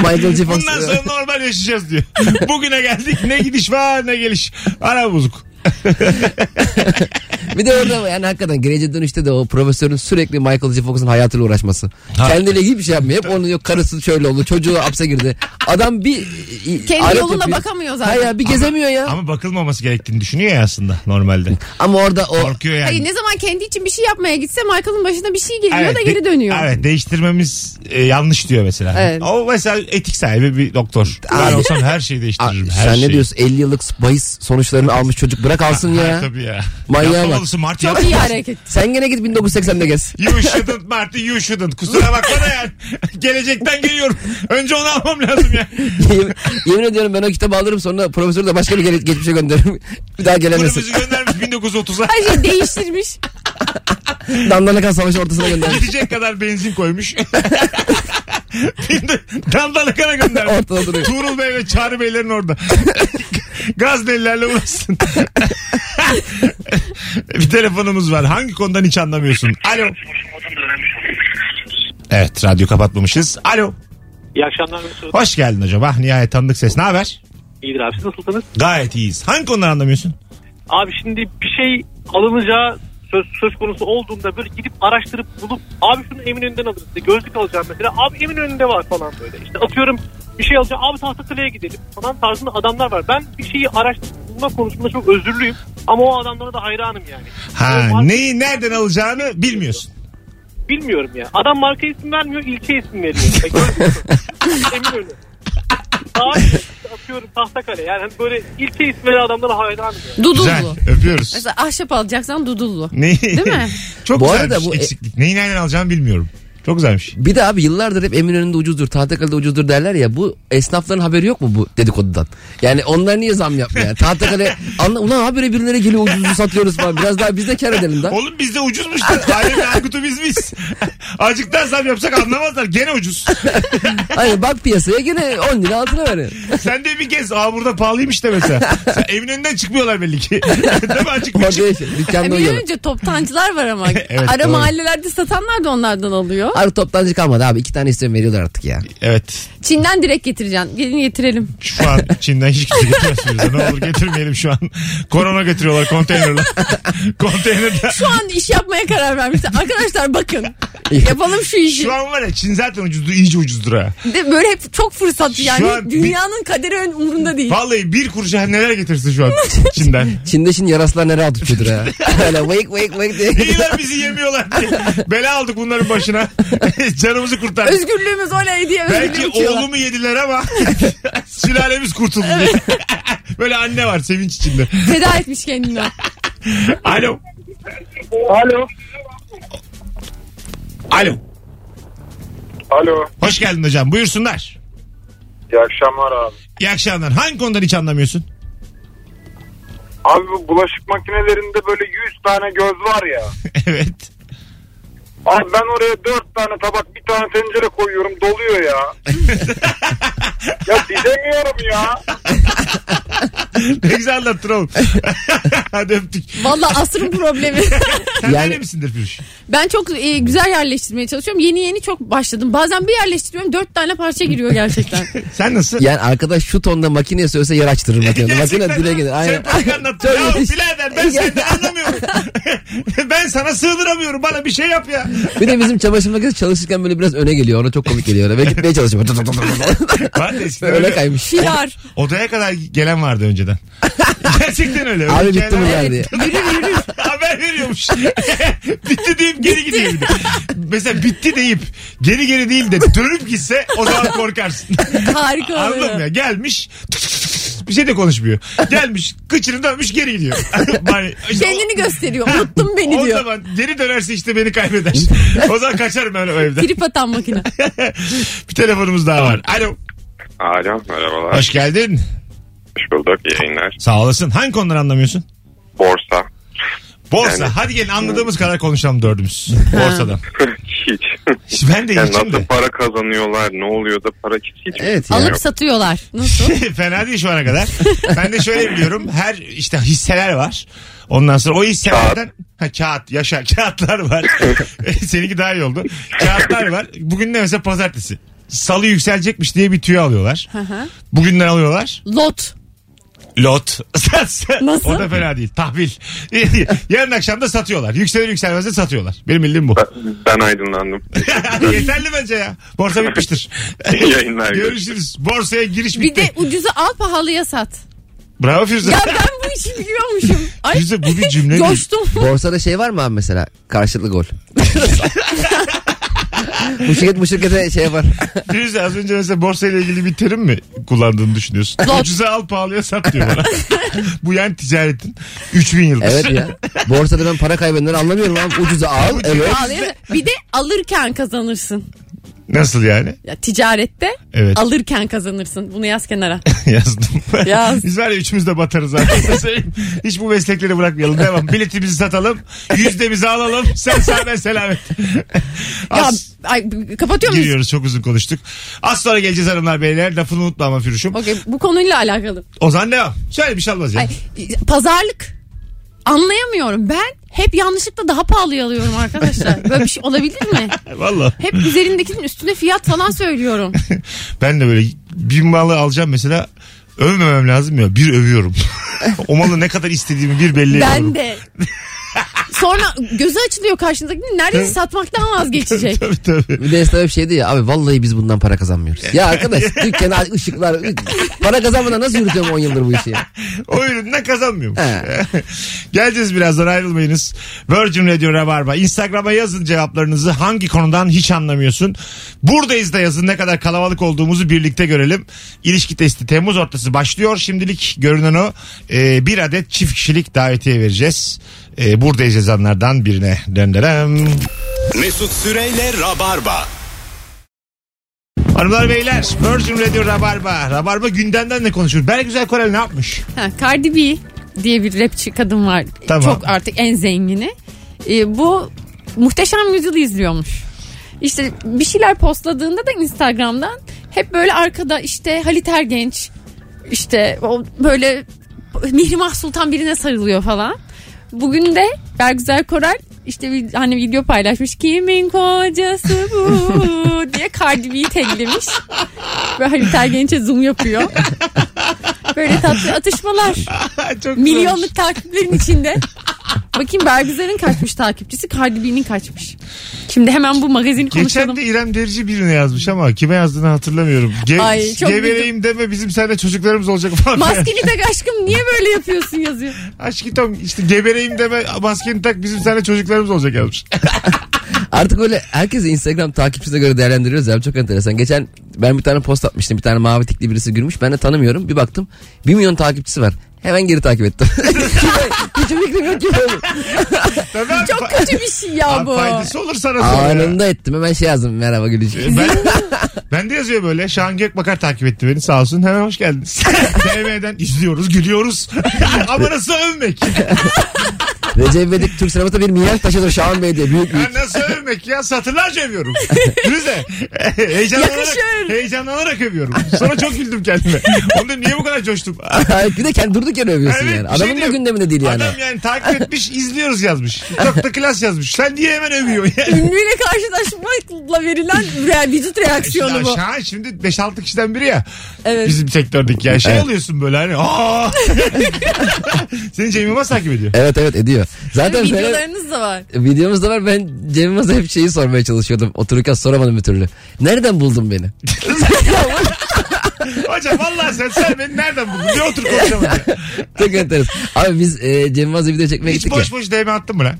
Speaker 4: Michael J. Fox.
Speaker 2: Bundan sonra normal yaşayacağız diyor. Bugüne geldik ne gidiş var ne geliş. Araba bozuk.
Speaker 4: Bir de orada yani hakikaten geleceğe dönüşte de o profesörün sürekli Michael J. Fox'un hayatıyla uğraşması.
Speaker 2: Ha.
Speaker 4: Kendiyle ilgili bir şey yapmıyor. Hep onun yok karısı şöyle oldu çocuğu hapse girdi. Adam bir i-
Speaker 3: Kendi
Speaker 4: alet
Speaker 3: yoluna
Speaker 4: yapıyor.
Speaker 3: bakamıyor zaten.
Speaker 4: Ha ya bir gezemiyor ya. Ama,
Speaker 2: Ama bakılmaması gerektiğini düşünüyor ya aslında normalde.
Speaker 4: orada o
Speaker 2: Korkuyor yani.
Speaker 3: Hayır ne zaman kendi için bir şey yapmaya gitse Michael'ın başına bir şey geliyor da
Speaker 2: de-
Speaker 3: geri dönüyor.
Speaker 2: Evet değiştirmemiz e, yanlış diyor mesela.
Speaker 3: Evet.
Speaker 2: O mesela etik sahibi bir doktor. Ben
Speaker 4: Abi-
Speaker 2: olsam her şeyi
Speaker 4: Aa,
Speaker 2: değiştiririm. her
Speaker 4: sen
Speaker 2: şeyi.
Speaker 4: ne diyorsun 50 yıllık bahis sonuçlarını almış çocuk bırak alsın
Speaker 2: Ha,
Speaker 4: ya.
Speaker 2: tabii ya.
Speaker 4: Manyağa bak.
Speaker 2: Yapmamalısın Mart
Speaker 3: Çok iyi hareket.
Speaker 4: Sen gene git 1980'de gez.
Speaker 2: You shouldn't Martin you shouldn't. Kusura bakma da yani. Gelecekten geliyorum. Önce onu almam lazım ya.
Speaker 4: yemin, yemin ediyorum ben o kitabı alırım sonra profesörü de başka bir gele- geçmişe gönderirim. bir daha gelemesin.
Speaker 2: Kulübümüzü göndermiş 1930'a.
Speaker 3: Her şeyi değiştirmiş.
Speaker 4: Dandanakan savaşı ortasına göndermiş.
Speaker 2: Gidecek kadar benzin koymuş. Dandalakana göndermiş.
Speaker 4: Ortada duruyor.
Speaker 2: Tuğrul Bey ve Çağrı Beylerin orada. Gaz delilerle uğraşsın. bir telefonumuz var. Hangi konudan hiç anlamıyorsun? Alo. Evet radyo kapatmamışız. Alo.
Speaker 5: İyi akşamlar Mesut.
Speaker 2: Hoş geldin hocam. Ah nihayet tanıdık ses. Ne haber?
Speaker 5: İyidir abi siz nasılsınız?
Speaker 2: Gayet iyiyiz. Hangi konudan anlamıyorsun?
Speaker 5: Abi şimdi bir şey alınacağı söz, söz konusu olduğunda böyle gidip araştırıp bulup abi şunu Eminönü'nden alırız diye gözlük alacağım mesela. Abi Eminönü'nde var falan böyle. İşte atıyorum bir şey alacağım abi Tahtakale'ye gidelim falan tarzında adamlar var. Ben bir şeyi araştırma konusunda çok özürlüyüm ama o adamlara da hayranım yani.
Speaker 3: Ee,
Speaker 2: Ha,
Speaker 5: O marka-
Speaker 2: neyi nereden alacağını bilmiyorsun.
Speaker 5: Bilmiyorum ya. Adam marka isim vermiyor ilçe isim veriyor. Ya gördün mü? Eminönü. Abi atıyorum Tahtakale yani hani böyle ilçe isim veren adamlara hayranım ya.
Speaker 2: Güzel.
Speaker 3: Dudullu.
Speaker 2: Öpüyoruz.
Speaker 3: Mesela ahşap alacaksan dudullu.
Speaker 2: Neyi?
Speaker 3: Değil mi?
Speaker 2: Çok
Speaker 4: Bu
Speaker 2: güzelmiş
Speaker 4: arada bu- e-
Speaker 2: eksiklik. Neyi nereden alacağını bilmiyorum. Çok güzelmiş.
Speaker 4: Bir de abi yıllardır hep Eminönü'nde ucuzdur, Tahtakale'de ucuzdur derler ya. Bu esnafların haberi yok mu bu dedikodudan? Yani onlar niye zam yapmıyor? Yani Tahtakale anla, ulan habire birilere geliyor ucuzu satıyoruz falan. Biraz daha biz de kar edelim lan.
Speaker 2: Oğlum bizde ucuzmuş da. Alem Erkut'u biz biz. Azıcık daha zam yapsak anlamazlar. Gene ucuz.
Speaker 4: Hani bak piyasaya gene 10 lira altına verin.
Speaker 2: Sen de bir kez aa burada pahalıymış de mesela. Sen evin önünden çıkmıyorlar belli ki. Değil mi? Azıcık bir
Speaker 4: Orada
Speaker 2: çık.
Speaker 4: yaşa- dükkanda
Speaker 3: E, Bir an
Speaker 4: uyuyorlar.
Speaker 3: önce toptancılar var ama.
Speaker 2: Evet,
Speaker 3: Ara
Speaker 2: doğru.
Speaker 3: mahallelerde satanlar da onlardan alıyor.
Speaker 4: Artık toptancı kalmadı abi. iki tane istiyorum veriyorlar artık ya.
Speaker 2: Evet.
Speaker 3: Çin'den direkt getireceksin. Gelin getirelim.
Speaker 2: Şu an Çin'den hiç kimse getirmez bize. Ne olur getirmeyelim şu an. Korona götürüyorlar konteynerle. Konteynerden.
Speaker 3: Şu an iş yapmaya karar vermişler. Arkadaşlar bakın. Yapalım şu işi.
Speaker 2: Şu an var ya Çin zaten ucuzdu. iyice ucuzdur ha.
Speaker 3: De böyle hep çok fırsat yani.
Speaker 2: an bir-
Speaker 3: Dünyanın kaderi ön umurunda değil.
Speaker 2: Vallahi bir kuruşa neler getirsin şu an Çin'den.
Speaker 4: Çin'de şimdi yaraslar nereye tutuyordur ha. Öyle wake wake wake diye.
Speaker 2: İyiler bizi yemiyorlar diye. Bela aldık bunların başına. Canımızı kurtardık.
Speaker 3: Özgürlüğümüz oley diye
Speaker 2: Belki
Speaker 3: özgürlüğü uçuyorlar.
Speaker 2: oğlumu yediler ama sülalemiz kurtuldu diye. Böyle anne var sevinç içinde.
Speaker 3: Feda etmiş kendini.
Speaker 2: Alo.
Speaker 5: Alo.
Speaker 2: Alo.
Speaker 5: Alo.
Speaker 2: Hoş geldin hocam. Buyursunlar.
Speaker 5: İyi akşamlar abi.
Speaker 2: İyi akşamlar. Hangi konudan hiç anlamıyorsun?
Speaker 5: Abi bu bulaşık makinelerinde böyle 100 tane göz var ya.
Speaker 2: evet.
Speaker 5: Abi ben oraya 4 tane tabak bir tane tencere koyuyorum doluyor ya. ya dizemiyorum ya.
Speaker 2: Ne güzel anlattın oğlum. Hadi öptük.
Speaker 3: Valla asrın problemi.
Speaker 2: Sen
Speaker 4: Yani-
Speaker 2: yani... misindir Firuş?
Speaker 3: ben çok e, güzel yerleştirmeye çalışıyorum. Yeni yeni çok başladım. Bazen bir yerleştiriyorum dört tane parça giriyor gerçekten.
Speaker 2: Sen nasıl?
Speaker 4: Yani arkadaş şu tonda makineye söylese yer açtırır makinede.
Speaker 2: Gerçekten
Speaker 4: Makine dile
Speaker 2: lan.
Speaker 4: gelir.
Speaker 2: Sen
Speaker 4: Aynen.
Speaker 2: bak anlattın. Ya
Speaker 4: Çok iyi.
Speaker 2: birader ben senden anlamıyorum. ben sana sığdıramıyorum. Bana bir şey yap ya.
Speaker 4: Bir de bizim çamaşır makinesi çalışırken böyle biraz öne geliyor. Ona çok komik geliyor. Öyle. Ben gitmeye çalışıyorum. Tut, tut, tut, tut, tut.
Speaker 2: Ben de eskiden
Speaker 4: öyle
Speaker 2: öyle-
Speaker 4: kaymış.
Speaker 3: Firar.
Speaker 2: Odaya kadar gelen vardı önceden. Gerçekten öyle.
Speaker 4: Abi
Speaker 2: Öyle
Speaker 4: bitti mi
Speaker 2: hikayeler-
Speaker 4: geldi?
Speaker 3: Yürür yürür.
Speaker 2: Haber veriyormuş. bitti deyip geri gidiyor. bir de. Mesela bitti deyip geri geri değil de dönüp gitse o zaman korkarsın.
Speaker 3: Harika
Speaker 2: Anladın mı ya?
Speaker 3: oluyor.
Speaker 2: Gelmiş bir şey de konuşmuyor. Gelmiş kıçını dönmüş geri gidiyor. Bari- işte
Speaker 3: Kendini gösteriyor. Unuttun
Speaker 2: o,
Speaker 3: beni
Speaker 2: o
Speaker 3: diyor.
Speaker 2: zaman geri dönerse işte beni kaybeder. o zaman kaçarım ben o evden.
Speaker 3: Trip atan makine.
Speaker 2: bir telefonumuz daha var. Alo.
Speaker 6: Alo merhabalar.
Speaker 2: Hoş geldin.
Speaker 6: Hoş bulduk iyi yayınlar.
Speaker 2: Sağ olasın. Hangi konuları anlamıyorsun?
Speaker 6: Borsa.
Speaker 2: Borsa.
Speaker 6: Yani-
Speaker 2: Hadi gelin anladığımız kadar konuşalım dördümüz. Borsadan.
Speaker 6: Hiç.
Speaker 2: Ben de
Speaker 6: Yani
Speaker 2: geçim de.
Speaker 6: nasıl para kazanıyorlar ne oluyor da para hiç. hiç
Speaker 4: Evet ya.
Speaker 3: Alıp satıyorlar. Nasıl?
Speaker 2: Fena değil şu ana kadar. Ben de şöyle biliyorum. Her işte hisseler var. Ondan sonra o hisselerden ha, kağıt yaşa kağıtlar var. Seninki daha iyi oldu. Kağıtlar var. Bugün de mesela pazartesi. Salı yükselecekmiş diye bir tüy alıyorlar.
Speaker 3: hı.
Speaker 2: Bugünden alıyorlar.
Speaker 3: Lot.
Speaker 2: Lot.
Speaker 3: Nasıl?
Speaker 2: o da fena değil. Tahvil. Yarın akşam da satıyorlar. Yükselir yükselmez de satıyorlar. Benim bildiğim bu.
Speaker 6: Ben aydınlandım.
Speaker 2: Yeterli bence ya. Borsa bitmiştir.
Speaker 6: İyi yayınlar.
Speaker 2: Görüşürüz. Borsaya giriş
Speaker 3: Bir
Speaker 2: bitti.
Speaker 3: de ucuza al pahalıya sat.
Speaker 2: Bravo Firuze.
Speaker 3: Ya ben bu işi biliyormuşum. Ay.
Speaker 2: Firuze bu bir cümle değil.
Speaker 3: Coştum.
Speaker 4: Borsada şey var mı abi mesela? Karşılıklı gol. bu şirket bu şirkete şey var.
Speaker 2: Firuze az önce mesela borsayla ilgili bir terim mi kullandığını düşünüyorsun?
Speaker 3: Lot.
Speaker 2: Ucuza al pahalıya sat diyor bana. Bu yani ticaretin 3000 yıldır.
Speaker 4: Evet ya. Borsada ben para kaybedenleri anlamıyorum abi. Ucuza al. Evet.
Speaker 3: Pahalıya- Bir de alırken kazanırsın.
Speaker 2: Nasıl yani?
Speaker 3: Ya ticarette
Speaker 2: Evet.
Speaker 3: alırken kazanırsın. Bunu yaz kenara.
Speaker 2: Yazdım.
Speaker 3: Yaz. Şey.
Speaker 2: Biz var ya üçümüz de batarız zaten. Size söyleyeyim. Hiç bu meslekleri bırakmayalım. Devam. Biletimizi satalım. Yüzdemizi alalım. Sen sağ ben selamet.
Speaker 3: Ya
Speaker 2: Az
Speaker 3: ay, b- kapatıyor muyuz?
Speaker 2: giriyoruz. Çok uzun konuştuk. Az sonra geleceğiz hanımlar beyler. Lafını unutma ama Firuş'um.
Speaker 3: Okey, bu konuyla alakalı.
Speaker 2: O zaman devam. Şöyle bir şey olmaz ya.
Speaker 3: Ay, pazarlık. Anlayamıyorum. Ben hep yanlışlıkla daha pahalıya alıyorum arkadaşlar. Böyle bir şey olabilir mi?
Speaker 2: Vallahi.
Speaker 3: Hep üzerindekinin üstüne fiyat falan söylüyorum.
Speaker 2: Ben de böyle bir malı alacağım mesela övmemem lazım ya bir övüyorum. o malı ne kadar istediğimi bir belli ediyorum.
Speaker 3: ben de. Sonra gözü açılıyor karşındakinin neredeyse satmaktan vazgeçecek.
Speaker 2: Tabii tabii.
Speaker 4: Bir de esnaf hep şeydi ya abi vallahi biz bundan para kazanmıyoruz. Ya arkadaş dükkana aç, ışıklar para kazanmadan nasıl yürütüyorum 10 yıldır bu işi? ya?
Speaker 2: O üründen kazanmıyorum.
Speaker 4: He.
Speaker 2: Geleceğiz birazdan ayrılmayınız. Virgin Radio Rabarba. Instagram'a yazın cevaplarınızı hangi konudan hiç anlamıyorsun. Buradayız da yazın ne kadar kalabalık olduğumuzu birlikte görelim. İlişki testi Temmuz ortası başlıyor. Şimdilik görünen o e, bir adet Ee, çift kişilik davetiye vereceğiz. E, buradayız yazanlardan birine. Döndürem.
Speaker 1: Mesut Süreyle Rabarba.
Speaker 2: Hanımlar beyler Virgin Radio Rabarba. Rabarba gündemden ne konuşur? Bergüzel Korel ne yapmış?
Speaker 3: Ha, Cardi B diye bir rapçi kadın var.
Speaker 2: Tamam.
Speaker 3: Çok artık en zengini. Ee, bu muhteşem yüzyılı izliyormuş. İşte bir şeyler postladığında da Instagram'dan hep böyle arkada işte Halit Ergenç işte o böyle Mihrimah Sultan birine sarılıyor falan. Bugün de Bergüzar Koral işte bir hani video paylaşmış. Kimin kocası bu diye Cardi B'yi taglemiş. Ve Halit Ergenç'e zoom yapıyor. Böyle tatlı atışmalar.
Speaker 2: Çok güzelmiş.
Speaker 3: Milyonluk takiplerin içinde. Bakayım Bergüzer'in kaçmış takipçisi Cardi B'nin kaçmış. Şimdi hemen bu magazini
Speaker 2: Geçen
Speaker 3: konuşalım.
Speaker 2: de İrem Derici birine yazmış ama kime yazdığını hatırlamıyorum. Ge-
Speaker 3: Ay, çok
Speaker 2: gebereyim deme bizim seninle çocuklarımız olacak falan.
Speaker 3: Maskeni tak aşkım niye böyle yapıyorsun yazıyor.
Speaker 2: Aşkı tam işte gebereyim deme maskeni tak bizim seninle çocuklarımız olacak yazmış.
Speaker 4: Artık öyle herkes Instagram takipçisine göre değerlendiriyoruz abi çok enteresan. Geçen ben bir tane post atmıştım bir tane mavi tikli birisi gülmüş ben de tanımıyorum bir baktım 1 milyon takipçisi var. Hemen geri takip ettim. Hiç fikrim yok ki.
Speaker 2: Tabii abi,
Speaker 3: Çok
Speaker 2: fa-
Speaker 3: kötü bir şey ya
Speaker 2: abi
Speaker 3: bu.
Speaker 2: faydası olur sana sonra ya.
Speaker 4: Anında ettim hemen şey yazdım merhaba gülücük.
Speaker 2: Ben, ben de yazıyor böyle. Şahan Gökbakar takip etti beni sağ olsun. Hemen hoş geldiniz. DM'den izliyoruz, gülüyoruz. Ama nasıl övmek?
Speaker 4: Recep İvedik Türk sinemasında bir mihenk taşıdır Şahan Bey diye büyük büyük.
Speaker 2: Ya nasıl övmek ya? Satırlarca övüyorum. Rize. heyecanlanarak,
Speaker 3: Yakışır.
Speaker 2: heyecanlanarak övüyorum. Sonra çok güldüm kendime. Onda niye bu kadar coştum?
Speaker 4: bir de kendi durduk yere övüyorsun
Speaker 2: Evet,
Speaker 4: yani.
Speaker 2: bir şey
Speaker 4: Adamın da
Speaker 2: diyorum.
Speaker 4: gündeminde değil yani.
Speaker 2: Adam yani takip etmiş, izliyoruz yazmış. Çok da klas yazmış. Sen niye hemen övüyorsun ya?
Speaker 3: Ünlüyle karşılaşmakla verilen re- vücut reaksiyonu
Speaker 2: Ya
Speaker 3: bu.
Speaker 2: Şahan şimdi 5-6 kişiden biri ya.
Speaker 3: Evet.
Speaker 2: Bizim sektördeki ya. Şey
Speaker 4: Evet.
Speaker 2: oluyorsun böyle hani. Aa! Seni Cem Yılmaz takip ediyor.
Speaker 4: Evet evet ediyor. Zaten böyle
Speaker 3: Videolarınız da var.
Speaker 4: videomuz da var. Ben Cem Yılmaz'a hep şeyi sormaya çalışıyordum. Otururken soramadım bir türlü. Nereden buldun beni?
Speaker 2: Hocam vallahi sen, sen beni nereden buldun? Bir otur konuşalım ya.
Speaker 4: Çok enteresan. Abi biz e, Cem Yılmaz'la video çekmeye
Speaker 2: Hiç
Speaker 4: gittik
Speaker 2: boş boş DM attın mı lan?
Speaker 4: ya.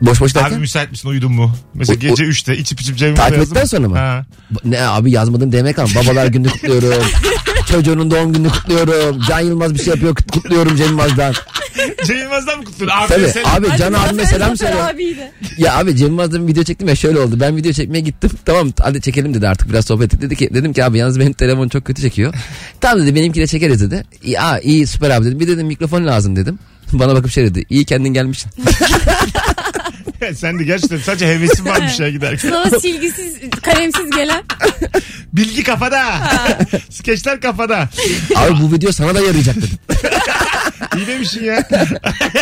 Speaker 4: Boş boş
Speaker 2: Abi
Speaker 4: derken?
Speaker 2: müsait misin uyudun mu? Mesela
Speaker 4: O-
Speaker 2: gece 3'te içip içip Cem Yılmaz'a
Speaker 4: Takip
Speaker 2: yazdın
Speaker 4: ettikten sonra mı?
Speaker 2: Ha.
Speaker 4: Ba- Ne abi yazmadın demek ama babalar gününü kutluyorum. Çocuğunun doğum gününü kutluyorum. Can Yılmaz bir şey yapıyor kut- kutluyorum Cem Yılmaz'dan.
Speaker 2: Cem Yılmaz'dan mı kutluyor? Abi
Speaker 4: Tabii
Speaker 2: sen-
Speaker 4: abi Can
Speaker 3: Hadi
Speaker 4: abime
Speaker 3: Zafer
Speaker 4: selam
Speaker 3: Zafer
Speaker 4: söyle.
Speaker 3: abiyi de.
Speaker 4: Ya abi Cem Yılmaz'dan video çektim ya şöyle oldu. Ben video çekmeye gittim. Tamam hadi çekelim dedi artık biraz sohbet ettik. Dedi ki, dedim ki abi yalnız benim telefon çok kötü çekiyor. tamam dedi benimkine çekeriz dedi. İyi, aa, iyi süper abi dedim. Bir dedim mikrofon lazım dedim. Bana bakıp şey dedi. İyi kendin gelmişsin.
Speaker 2: sen de gerçekten sadece hevesin varmış ya giderken.
Speaker 3: Sınava silgisiz, kalemsiz gelen.
Speaker 2: Bilgi kafada. Skeçler kafada.
Speaker 4: abi bu video sana da yarayacak dedim.
Speaker 2: İyi demişsin ya.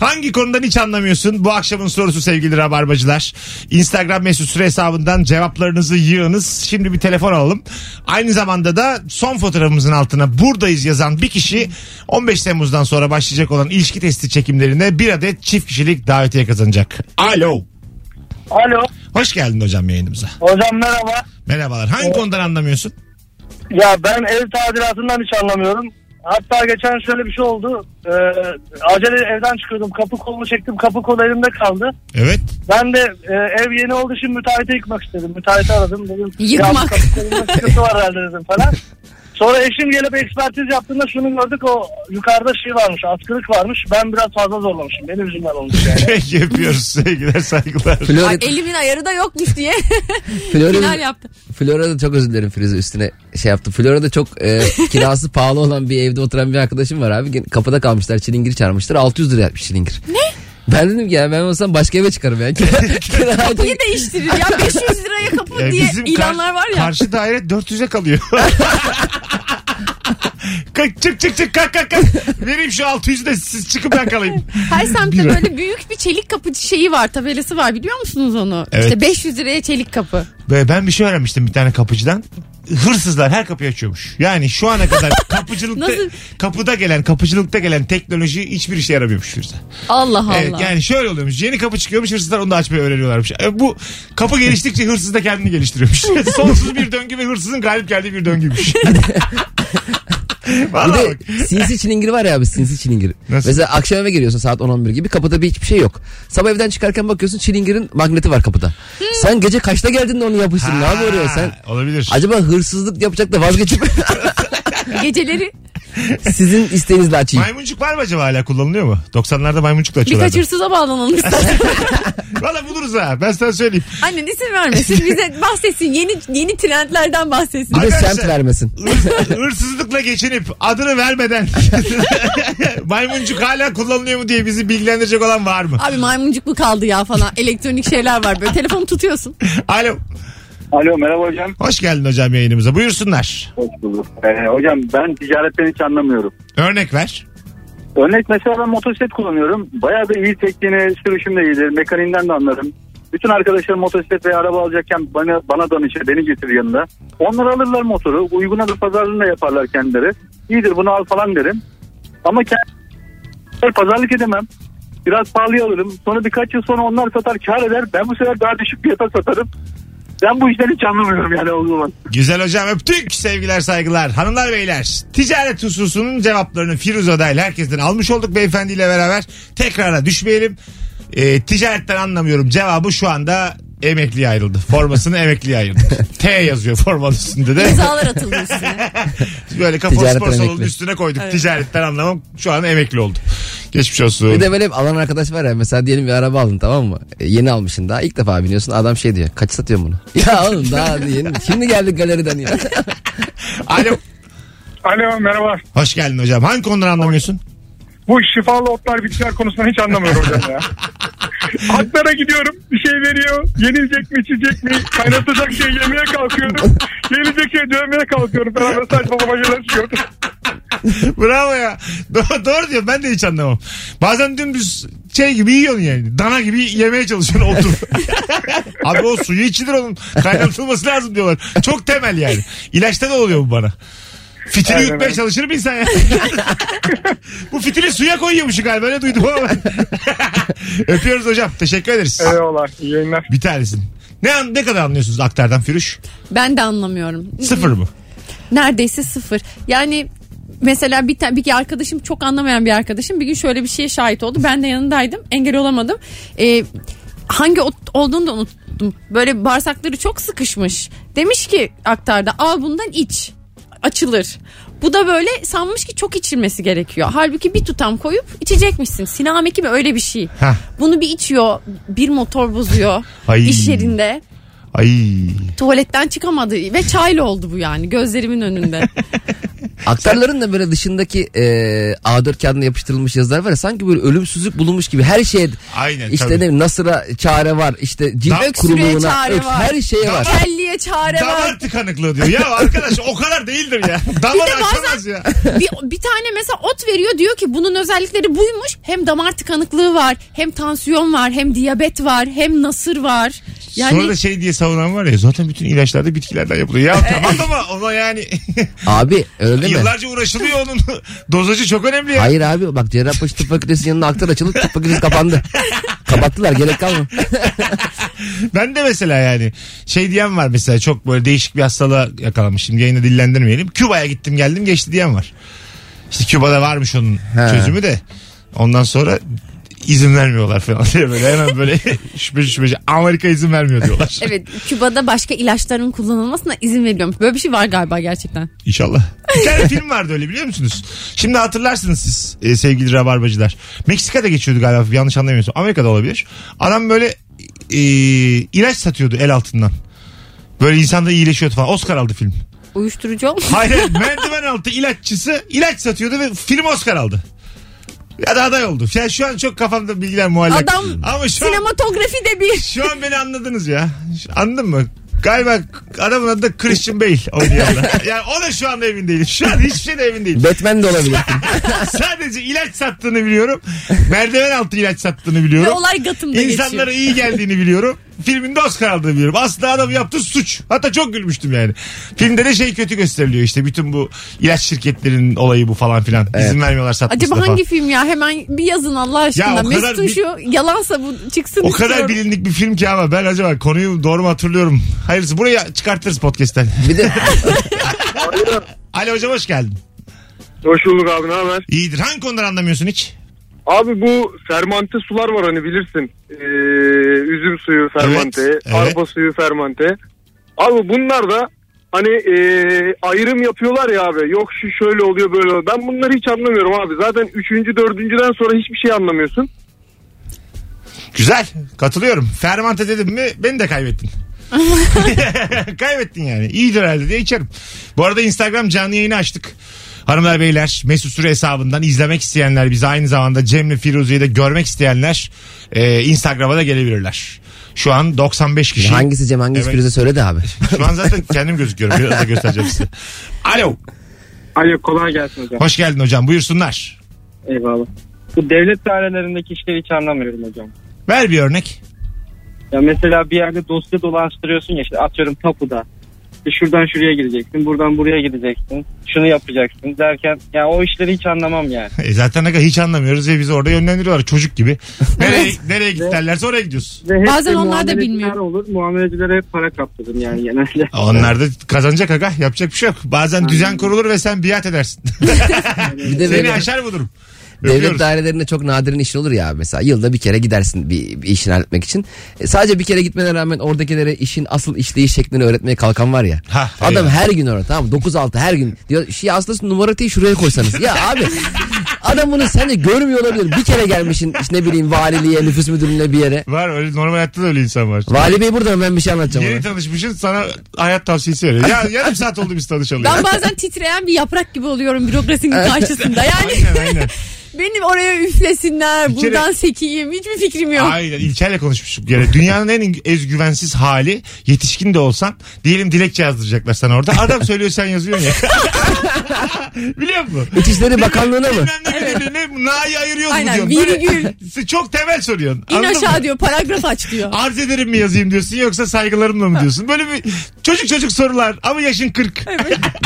Speaker 2: Hangi konudan hiç anlamıyorsun? Bu akşamın sorusu sevgili rabarbacılar. Instagram mesut süre hesabından cevaplarınızı yığınız. Şimdi bir telefon alalım. Aynı zamanda da son fotoğrafımızın altına buradayız yazan bir kişi 15 Temmuz'dan sonra başlayacak olan ilişki testi çekimlerine bir adet çift kişilik davetiye kazanacak. Alo.
Speaker 7: Alo.
Speaker 2: Hoş geldin hocam yayınımıza.
Speaker 7: Hocam merhaba.
Speaker 2: Merhabalar. Hangi konudan anlamıyorsun?
Speaker 7: Ya ben ev tadilatından hiç anlamıyorum. Hatta geçen şöyle bir şey oldu. Ee, acele evden çıkıyordum. Kapı kolunu çektim. Kapı kolu elimde kaldı.
Speaker 2: Evet.
Speaker 7: Ben de e, ev yeni olduğu için müteahhite yıkmak istedim. Müteahhite aradım. Dedim,
Speaker 3: Yıkmak.
Speaker 7: Ya, bu kapı kolunda sıkıntı var herhalde dedim falan. Sonra eşim gelip ekspertiz yaptığında şunu gördük. O yukarıda şey varmış. Askılık varmış. Ben biraz fazla zorlamışım. Benim yüzümden olmuş yani.
Speaker 2: Peki yapıyoruz. Sevgiler saygılar.
Speaker 3: Ay,
Speaker 4: Florida,
Speaker 3: elimin ayarı da yokmuş diye final
Speaker 4: Florida,
Speaker 3: yaptı.
Speaker 4: Florida çok özür dilerim Firuze üstüne şey yaptı. Florida çok e, kirası pahalı olan bir evde oturan bir arkadaşım var abi. Gene Kapıda kalmışlar çilingir çağırmışlar. 600 lira yapmış çilingir. Ne? Ben dedim ki ya ben olsam başka eve çıkarım ya. Kiracı-
Speaker 3: Kapıyı değiştirir ya 500 liraya kapı
Speaker 2: Ya
Speaker 3: diye
Speaker 2: E, bizim kar-
Speaker 3: ilanlar var ya.
Speaker 2: Karşı daire 400'e kalıyor. Kalk, çık çık çık kalk kalk kalk. Vereyim şu 600'ü de siz çıkıp ben kalayım.
Speaker 3: Her semtte
Speaker 2: Bir-
Speaker 3: böyle büyük bir çelik kapı şeyi var tabelası var biliyor musunuz onu?
Speaker 2: Evet.
Speaker 3: İşte 500 liraya çelik kapı.
Speaker 2: Böyle ben bir şey öğrenmiştim bir tane kapıcıdan. Hırsızlar her kapıyı açıyormuş. Yani şu ana kadar kapıcılıkta
Speaker 3: Nasıl?
Speaker 2: kapıda gelen kapıcılıkta gelen teknoloji hiçbir işe yaramıyormuş Firuze.
Speaker 3: Allah Allah.
Speaker 2: Evet, yani şöyle oluyormuş. Yeni kapı çıkıyormuş hırsızlar onu da açmayı öğreniyorlarmış. E, bu kapı geliştikçe hırsız da kendini geliştiriyormuş. Sonsuz bir döngü ve hırsızın galip geldiği bir döngüymüş.
Speaker 4: Bir
Speaker 2: Vallahi
Speaker 4: de
Speaker 2: bak.
Speaker 4: sinsi çilingir var ya abi sinsi çilingir.
Speaker 2: Nasıl?
Speaker 4: Mesela akşam eve geliyorsun saat 10-11 gibi kapıda bir hiçbir şey yok. Sabah evden çıkarken bakıyorsun çilingirin magneti var kapıda. Sen gece kaçta geldin de onu yapıştın ne
Speaker 2: Ha,
Speaker 4: yapıyor oraya sen?
Speaker 2: Olabilir.
Speaker 4: Acaba hırsızlık yapacak da vazgeçip
Speaker 3: Geceleri
Speaker 4: Sizin isteğinizle açayım.
Speaker 2: Maymuncuk var mı acaba hala kullanılıyor mu? 90'larda maymuncuk da
Speaker 3: Birkaç
Speaker 2: açıyorlardı.
Speaker 3: hırsıza bağlanalım istersen.
Speaker 2: Valla buluruz ha ben sana söyleyeyim.
Speaker 3: Annen isim vermesin bize bahsetsin yeni yeni trendlerden bahsetsin.
Speaker 4: Bir de
Speaker 2: Arkadaşlar-
Speaker 4: semt vermesin.
Speaker 2: Hırs- hırsızlıkla geçinip adını vermeden maymuncuk hala kullanılıyor mu diye bizi bilgilendirecek olan var mı?
Speaker 3: Abi maymuncuk mu kaldı ya falan elektronik şeyler var böyle telefonu tutuyorsun.
Speaker 2: Alo.
Speaker 5: Alo merhaba hocam.
Speaker 2: Hoş geldin hocam yayınımıza. Buyursunlar.
Speaker 5: Hoş bulduk. Ee, hocam ben ticaretten hiç anlamıyorum.
Speaker 2: Örnek ver.
Speaker 5: Örnek mesela ben motosiklet kullanıyorum. Bayağı da iyi tekniğine sürüşüm de iyidir. Mekaniğinden de anlarım. Bütün arkadaşlarım motosiklet veya araba alacakken bana, bana danışır, beni getirir yanında. Onlar alırlar motoru. Uyguna da pazarlığını da yaparlar kendileri. İyidir bunu al falan derim. Ama kendim pazarlık edemem. Biraz pahalıya alırım. Sonra birkaç yıl sonra onlar satar kar eder. Ben bu sefer daha düşük fiyata satarım. Ben bu işten hiç anlamıyorum yani o zaman.
Speaker 2: Güzel hocam öptük. Sevgiler saygılar. Hanımlar beyler ticaret hususunun cevaplarını Firuze ile herkesten almış olduk beyefendiyle beraber. Tekrara düşmeyelim. Ee, ticaretten anlamıyorum cevabı şu anda emekliye ayrıldı. Formasını emekliye ayırdı. T yazıyor formanın üstünde de.
Speaker 3: Cezalar atıldı üstüne.
Speaker 2: Böyle kafa
Speaker 4: Ticaretten
Speaker 2: spor salonunun
Speaker 4: emekli.
Speaker 2: üstüne koyduk. Ticaretten anlamam şu an emekli oldu. Geçmiş olsun.
Speaker 4: Bir de böyle alan arkadaş var ya mesela diyelim bir araba aldın tamam mı? E, yeni almışsın daha ilk defa biniyorsun adam şey diyor kaç satıyorsun bunu? Ya oğlum daha yeni şimdi geldik galeriden ya.
Speaker 2: Alo.
Speaker 5: Alo merhaba.
Speaker 2: Hoş geldin hocam. Hangi konuları anlamıyorsun?
Speaker 5: Bu şifalı otlar bitkiler konusunda hiç anlamıyorum hocam ya. Haklara gidiyorum. Bir şey veriyor. Yenilecek mi içecek mi? Kaynatacak şey yemeye kalkıyorum. Yenilecek şey dövmeye kalkıyorum. Falan böyle saçmalama şeyler çıkıyor.
Speaker 2: Bravo ya. Doğru, doğru diyor. Ben de hiç anlamam. Bazen dümdüz şey gibi yiyorsun yani. Dana gibi yemeye çalışıyorsun otur. Abi o suyu içilir onun. Kaynatılması lazım diyorlar. Çok temel yani. İlaçta da oluyor bu bana. Fitili
Speaker 5: Aynen
Speaker 2: yutmaya
Speaker 5: öyle.
Speaker 2: çalışır mı insan ya? bu fitili suya koyuyormuş galiba. Öyle duydum ama ben. Öpüyoruz hocam. Teşekkür ederiz.
Speaker 5: Eyvallah. İyi yayınlar.
Speaker 2: Bir tanesin. Ne, an- ne kadar anlıyorsunuz aktardan Firuş?
Speaker 3: Ben de anlamıyorum.
Speaker 2: Sıfır mı?
Speaker 3: Neredeyse sıfır. Yani mesela bir, ta- bir arkadaşım çok anlamayan bir arkadaşım bir gün şöyle bir şeye şahit oldu. Ben de yanındaydım. Engel olamadım. Ee, hangi ot olduğunu da unuttum. Böyle bağırsakları çok sıkışmış. Demiş ki aktarda al bundan iç. Açılır. Bu da böyle sanmış ki çok içilmesi gerekiyor. Halbuki bir tutam koyup içecekmişsin. Sinameki mi öyle bir şey.
Speaker 2: Hah.
Speaker 3: Bunu bir içiyor. Bir motor bozuyor.
Speaker 2: Ay.
Speaker 3: iş yerinde.
Speaker 2: Ay.
Speaker 3: Tuvaletten çıkamadı ve çayla oldu bu yani gözlerimin önünde.
Speaker 4: Aktarların da böyle dışındaki e, A4 kağıdına yapıştırılmış yazılar var ya sanki böyle ölümsüzlük bulunmuş gibi her şeye
Speaker 2: Aynen,
Speaker 4: işte
Speaker 2: E, tabii.
Speaker 4: ne bileyim nasıra çare var işte cilt
Speaker 3: Öksürüğe
Speaker 4: kuruluğuna
Speaker 3: çare
Speaker 4: öks-
Speaker 3: var.
Speaker 4: her şeye var.
Speaker 3: Kelliye çare
Speaker 2: Damar
Speaker 3: var.
Speaker 2: tıkanıklığı diyor. Ya arkadaş o kadar değildir ya. Damar
Speaker 3: Bir de bazen-
Speaker 2: açamaz ya.
Speaker 3: bir, bir tane mesela ot veriyor diyor ki bunun özellikleri buymuş. Hem damar tıkanıklığı var, hem tansiyon var, hem diyabet var, hem nasır var. Yani
Speaker 2: Sonra da şey diye savunan var ya zaten bütün ilaçlarda bitkilerden yapılıyor. Ya tamam ama ona yani
Speaker 4: Abi öyle mi?
Speaker 2: yıllarca uğraşılıyor onun dozajı çok önemli ya.
Speaker 4: Hayır abi bak Cerrahpaşa Tıp Fakültesi'nin yanına aktar açıldı tıp fakültesi kapandı. Kapattılar gerek kalmadı.
Speaker 2: Ben de mesela yani şey diyen var mesela çok böyle değişik bir hastalığa yakalanmış. Şimdi yayını dillendirmeyelim. Küba'ya gittim geldim geçti diyen var. İşte Küba'da varmış onun
Speaker 4: He.
Speaker 2: çözümü de. Ondan sonra izin vermiyorlar falan diye böyle hemen böyle şüpheci şüpheci Amerika izin vermiyor diyorlar.
Speaker 3: evet Küba'da başka ilaçların kullanılmasına izin veriliyormuş. Böyle bir şey var galiba gerçekten.
Speaker 2: İnşallah. Bir tane film vardı öyle biliyor musunuz? Şimdi hatırlarsınız siz e, sevgili rabarbacılar. Meksika'da geçiyordu galiba yanlış anlamıyorsun. Amerika'da olabilir. Adam böyle e, ilaç satıyordu el altından. Böyle insanda iyileşiyordu falan. Oscar aldı film.
Speaker 3: Uyuşturucu olmuş.
Speaker 2: Hayır merdiven altı ilaççısı ilaç satıyordu ve film Oscar aldı. Ya da aday oldu. Yani şu an çok kafamda bilgiler muallak.
Speaker 3: Adam
Speaker 2: Ama şu an,
Speaker 3: Sinematografi de bir.
Speaker 2: şu an beni anladınız ya. Anladın mı? Galiba adamın adı da Christian Bale oynayanlar. Yani o da şu anda emin değilim. Şu an hiçbir şey de emin değilim.
Speaker 4: Batman de olabilir.
Speaker 2: Sadece ilaç sattığını biliyorum. Merdiven altı ilaç sattığını
Speaker 3: Ve
Speaker 2: biliyorum.
Speaker 3: olay Gatım'da geçiyor.
Speaker 2: İnsanlara iyi geldiğini biliyorum. Filminde Oscar aldığını biliyorum. Aslında adam yaptığı suç. Hatta çok gülmüştüm yani. Filmde de şey kötü gösteriliyor işte. Bütün bu ilaç şirketlerinin olayı bu falan filan. İzin vermiyorlar satmasına
Speaker 3: Acaba
Speaker 2: falan.
Speaker 3: hangi film ya? Hemen bir yazın Allah aşkına.
Speaker 2: o kadar
Speaker 3: Mesut'un
Speaker 2: bir-
Speaker 3: şu yalansa bu çıksın
Speaker 2: O kadar
Speaker 3: istiyorum.
Speaker 2: bilindik bir film ki ama ben acaba konuyu doğru mu hatırlıyorum? Hayırlısı buraya çıkartırız podcast'ten.
Speaker 4: Bir de
Speaker 2: Ali hocam hoş geldin.
Speaker 6: Hoş bulduk abi ne haber?
Speaker 2: İyidir. Hangi konuları anlamıyorsun hiç?
Speaker 6: Abi bu fermante sular var hani bilirsin. Ee, üzüm suyu fermante,
Speaker 2: Evet, evet.
Speaker 6: arpa suyu fermante. Abi bunlar da hani e, ayrım yapıyorlar ya abi. Yok şu şöyle oluyor böyle oluyor. Ben bunları hiç anlamıyorum abi. Zaten üçüncü dördüncüden sonra hiçbir şey anlamıyorsun.
Speaker 2: Güzel. Katılıyorum. Fermante dedim mi beni de kaybettin. kaybettin yani. İyidir herhalde diye içerim. Bu arada Instagram canlı yayını açtık. Hanımlar beyler Mesut Süre hesabından izlemek isteyenler bizi aynı zamanda Cem'le Firuze'yi de görmek isteyenler e, Instagram'a da gelebilirler. Şu an 95 kişi.
Speaker 4: Hangisi Cem hangisi
Speaker 2: Evet.
Speaker 4: Firuze söyledi abi.
Speaker 2: Şu an zaten kendim gözüküyorum. Biraz da göstereceğim size. Alo.
Speaker 5: Alo kolay gelsin hocam.
Speaker 2: Hoş geldin hocam. Buyursunlar.
Speaker 5: Eyvallah. Bu devlet dairelerindeki işleri hiç anlamıyorum hocam.
Speaker 2: Ver bir örnek.
Speaker 5: Ya mesela bir yerde dosya dolaştırıyorsun ya işte atıyorum tapuda. İşte şuradan şuraya gideceksin, buradan buraya gideceksin, şunu yapacaksın derken ya o işleri hiç anlamam yani.
Speaker 2: E zaten ne kadar hiç anlamıyoruz ve bizi orada yönlendiriyorlar çocuk gibi. Nereye, nereye git derlerse oraya gidiyoruz.
Speaker 5: Ve hep
Speaker 3: Bazen
Speaker 5: de
Speaker 3: onlar da
Speaker 5: muameleciler
Speaker 3: bilmiyor.
Speaker 5: olur. Muamelecilere hep para kaptırdım yani genelde.
Speaker 2: Onlar da kazanacak aga yapacak bir şey yok. Bazen düzen kurulur ve sen biat edersin.
Speaker 4: Bir de
Speaker 2: Seni
Speaker 4: böyle
Speaker 2: aşar bu durum.
Speaker 4: devlet
Speaker 2: Öpüyoruz.
Speaker 4: dairelerinde çok nadiren işin olur ya abi mesela. Yılda bir kere gidersin bir, bir işini halletmek için. E, sadece bir kere gitmene rağmen oradakilere işin asıl işleyiş şeklini öğretmeye kalkan var ya.
Speaker 2: Ha,
Speaker 4: Adam
Speaker 2: eyvah.
Speaker 4: her gün orada tamam mı? 9-6 her gün. Diyor şey aslında numaratayı şuraya koysanız. ya abi adam bunu sen de görmüyor olabilir. Bir kere gelmişsin işte ne bileyim valiliğe nüfus müdürlüğüne bir yere.
Speaker 2: Var öyle normal hayatta da öyle insan var.
Speaker 4: Vali bey burada mı? ben bir şey anlatacağım.
Speaker 2: Yeni
Speaker 4: ona.
Speaker 2: tanışmışsın sana hayat tavsiyesi veriyor. Ya yarım saat oldu biz tanışalı. ya.
Speaker 3: Ben bazen titreyen bir yaprak gibi oluyorum bürokrasinin karşısında. Yani
Speaker 2: Aynen aynen.
Speaker 3: benim oraya üflesinler,
Speaker 2: kere-
Speaker 3: buradan sekeyim. Hiçbir fikrim yok.
Speaker 2: Aynen İlker'le konuşmuştuk. bir yere. dünyanın en özgüvensiz hali yetişkin de olsan diyelim dilekçe yazdıracaklar sana orada. Adam söylüyor sen yazıyorsun ya. Biliyor musun?
Speaker 4: İçişleri Hani Bakanlığı'na mı?
Speaker 2: Bilmem ne, ne, ne, ne, na'yı ayırıyoruz mu
Speaker 3: Aynen,
Speaker 2: diyorsun. Böyle-
Speaker 3: virgül.
Speaker 2: çok temel soruyorsun.
Speaker 3: İn
Speaker 2: Anladın
Speaker 3: aşağı
Speaker 2: mı?
Speaker 3: diyor, paragraf aç diyor.
Speaker 2: Arz ederim mi yazayım diyorsun yoksa saygılarımla mı diyorsun? Böyle bir çocuk çocuk sorular ama yaşın 40.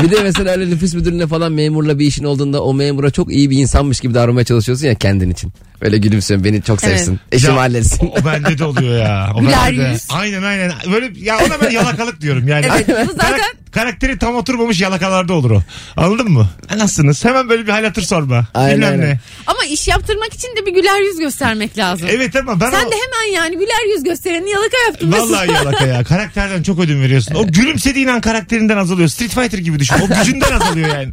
Speaker 4: Bir de mesela öyle nüfus müdürüne falan memurla bir işin olduğunda o memura çok iyi bir insanmış gibi davranmaya çalışıyorsun ya kendin için. Böyle gülümsüyorsun beni çok
Speaker 3: Evet.
Speaker 4: sevsin. Eşim
Speaker 2: Ya,
Speaker 4: halletsin.
Speaker 2: O bende de oluyor ya. O
Speaker 3: Güler
Speaker 2: bende de.
Speaker 3: yüz.
Speaker 2: Aynen aynen. Böyle ya ona ben yalakalık diyorum yani.
Speaker 3: Evet, bu zaten-
Speaker 2: Karak- karakteri tam oturmamış yalakalarda olur o. Anladın mı? E, Nasılsınız? Hemen böyle bir hal hatır sorma.
Speaker 4: Aynen,
Speaker 2: Bilmem
Speaker 4: aynen.
Speaker 2: ne.
Speaker 3: Ama iş yaptırmak için de bir güler yüz göstermek lazım.
Speaker 2: Evet ama ben
Speaker 3: Sen
Speaker 2: o...
Speaker 3: de hemen yani güler yüz göstereni yalaka yaptın.
Speaker 2: Vallahi yalaka ya. Karakterden çok ödün veriyorsun. O gülümsediğin an karakterinden azalıyor. Street Fighter gibi düşün. O gücünden azalıyor yani.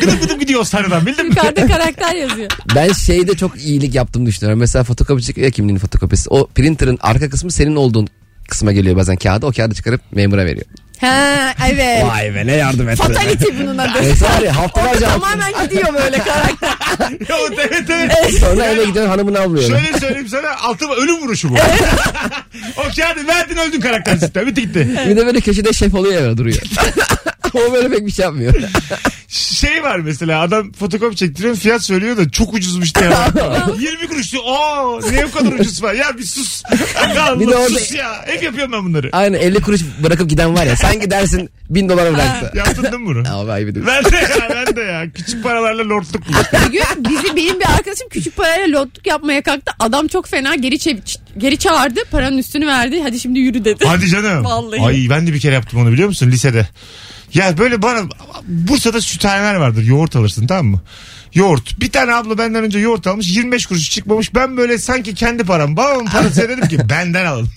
Speaker 2: Gıdım gıdım gidiyor o sarıdan bildin mi?
Speaker 3: Yukarıda karakter yazıyor.
Speaker 4: Ben şeyde çok iyilik yaptığımı düşünüyorum. Mesela fotokopi çıkıyor ya kimliğin fotokopisi. O printer'ın arka kısmı senin olduğun kısma geliyor bazen kağıda. O kağıdı çıkarıp memura veriyor.
Speaker 3: Ha evet.
Speaker 4: Vay be ne yardım E, et.
Speaker 3: Fatality bunun adı.
Speaker 4: Neyse var ya hani haftalarca
Speaker 3: Tamamen gidiyor böyle karakter.
Speaker 2: Ya o- evet evet.
Speaker 4: sonra eve gidiyorsun hanımını avlıyorsun.
Speaker 2: Şöyle söyleyeyim sana altıma ölüm vuruşu bu. o kağıdı verdin öldün karakter sistemi. Bitti gitti.
Speaker 4: Bir de böyle köşede şef oluyor ya duruyor. o böyle pek bir şey yapmıyor.
Speaker 2: Şey var mesela adam fotokopi çektiriyor fiyat söylüyor da çok ucuzmuş diye. 20 kuruş diyor. Aa niye bu kadar ucuz var? Ya bir sus. Allah
Speaker 4: Bir de orada-
Speaker 2: sus ya. Hep yapıyorum ben bunları.
Speaker 4: Aynen 50 kuruş bırakıp giden var ya. Sanki dersin 1000 dolara bıraktı.
Speaker 2: Yaptın değil mi bunu?
Speaker 4: Abi ayıp ediyorsun.
Speaker 2: Ben de ya ben de ya. Küçük paralarla lordluk bu.
Speaker 3: Bir gün bizi benim bir arkadaşım küçük parayla lotluk yapmaya kalktı. Adam çok fena geri çe- geri çağırdı. Paranın üstünü verdi. Hadi şimdi yürü dedi.
Speaker 2: Hadi canım.
Speaker 3: Vallahi.
Speaker 2: Ay ben de bir kere yaptım onu biliyor musun lisede. Ya böyle bana Bursa'da süthaneler vardır yoğurt alırsın tamam mı? Yoğurt. Bir tane abla benden önce yoğurt almış 25 kuruş çıkmamış. Ben böyle sanki kendi param babamın parası dedim ki benden alın.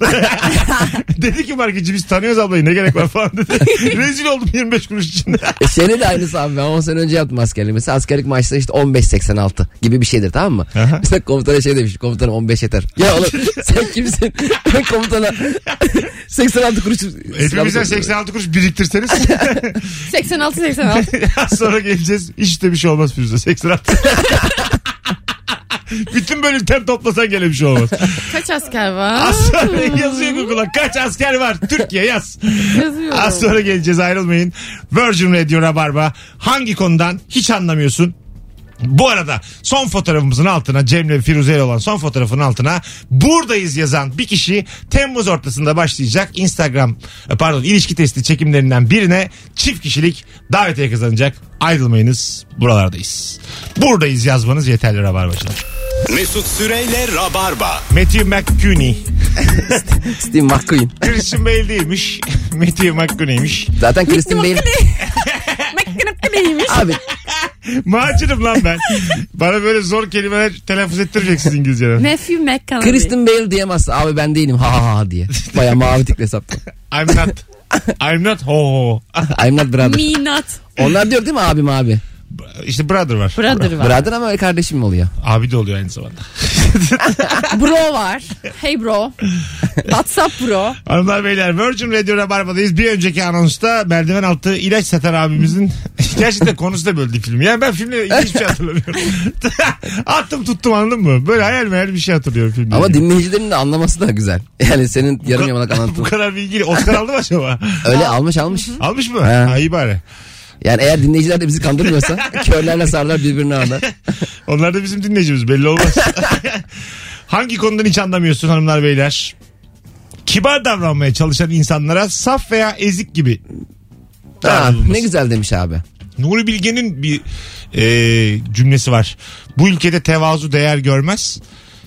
Speaker 2: dedi ki marketçi biz tanıyoruz ablayı ne gerek var falan dedi. Rezil oldum 25 kuruş için.
Speaker 4: E Şeyde de aynısı abi ben 10 sene önce yaptım askerliği. Mesela askerlik maaşları işte 15.86 gibi bir şeydir tamam mı?
Speaker 2: Aha.
Speaker 4: Mesela komutana şey demiş komutanım 15 yeter. Ya oğlum sen kimsin? Ben komutana 86 kuruş.
Speaker 2: Hepimizden 86 kuruş biriktirseniz
Speaker 3: 86 86.
Speaker 2: Az sonra geleceğiz. İşte bir şey olmaz Firuze. 86. Bütün bölümler toplasan gene bir şey olmaz.
Speaker 3: Kaç asker var?
Speaker 2: Az sonra yazıyor Google'a kaç asker var Türkiye yaz.
Speaker 3: Yazıyorum.
Speaker 2: Az sonra geleceğiz ayrılmayın. Virgin Radio Rabarba hangi konudan hiç anlamıyorsun? Bu arada son fotoğrafımızın altına Cem'le Firuze ile olan son fotoğrafın altına buradayız yazan bir kişi Temmuz ortasında başlayacak Instagram e, pardon ilişki testi çekimlerinden birine çift kişilik davetiye kazanacak. Ayrılmayınız buralardayız. Buradayız yazmanız yeterli Rabarbacılar.
Speaker 1: Mesut Süreyle Rabarba.
Speaker 2: Matthew McCuney.
Speaker 4: Steve McQueen.
Speaker 2: Christian Bale değilmiş. Matthew McConaughey'miş.
Speaker 4: Zaten Christine Bale.
Speaker 3: Makinatı
Speaker 4: Abi
Speaker 2: Macinim lan ben. Bana böyle zor kelimeler telaffuz ettireceksiniz İngilizce'den.
Speaker 3: Matthew McConaughey.
Speaker 4: Christine Bale diyemezsin. Abi ben değilim ha ha ha diye. Baya mavi tikle saptım.
Speaker 2: I'm not. I'm not ho ho.
Speaker 4: I'm not brother.
Speaker 3: Minat.
Speaker 4: Onlar diyor değil mi abim abi?
Speaker 2: İşte brother var.
Speaker 3: Brother var.
Speaker 4: Brother ama öyle kardeşim oluyor.
Speaker 2: Abi de oluyor aynı zamanda.
Speaker 3: Bro var. Hey bro. WhatsApp bro.
Speaker 2: Hanımlar beyler Virgin Radio Rabarba'dayız. Bir önceki anonsta merdiven altı ilaç satan abimizin gerçekten konusu da böldü film. Yani ben filmle ilgili hiçbir şey hatırlamıyorum. Attım tuttum anladın mı? Böyle hayal meyal bir şey hatırlıyorum filmle.
Speaker 4: Ama
Speaker 2: ilgili.
Speaker 4: dinleyicilerin de anlaması da güzel. Yani senin yarım yamalak
Speaker 2: Bu
Speaker 4: anlattığın.
Speaker 2: kadar bilgili. Oscar aldı mı acaba?
Speaker 4: Öyle almış almış.
Speaker 2: Almış mı?
Speaker 4: He.
Speaker 2: Ha, iyi bari.
Speaker 4: Yani eğer dinleyiciler de bizi kandırmıyorsa körlerle sarlar birbirine orada.
Speaker 2: Onlar da bizim dinleyicimiz belli olmaz. Hangi konudan hiç anlamıyorsun hanımlar beyler? Kibar davranmaya çalışan insanlara saf veya ezik gibi.
Speaker 4: Ha,
Speaker 2: davranılması.
Speaker 4: ne güzel demiş abi.
Speaker 2: Nuri Bilge'nin bir e, cümlesi var. Bu ülkede tevazu değer görmez.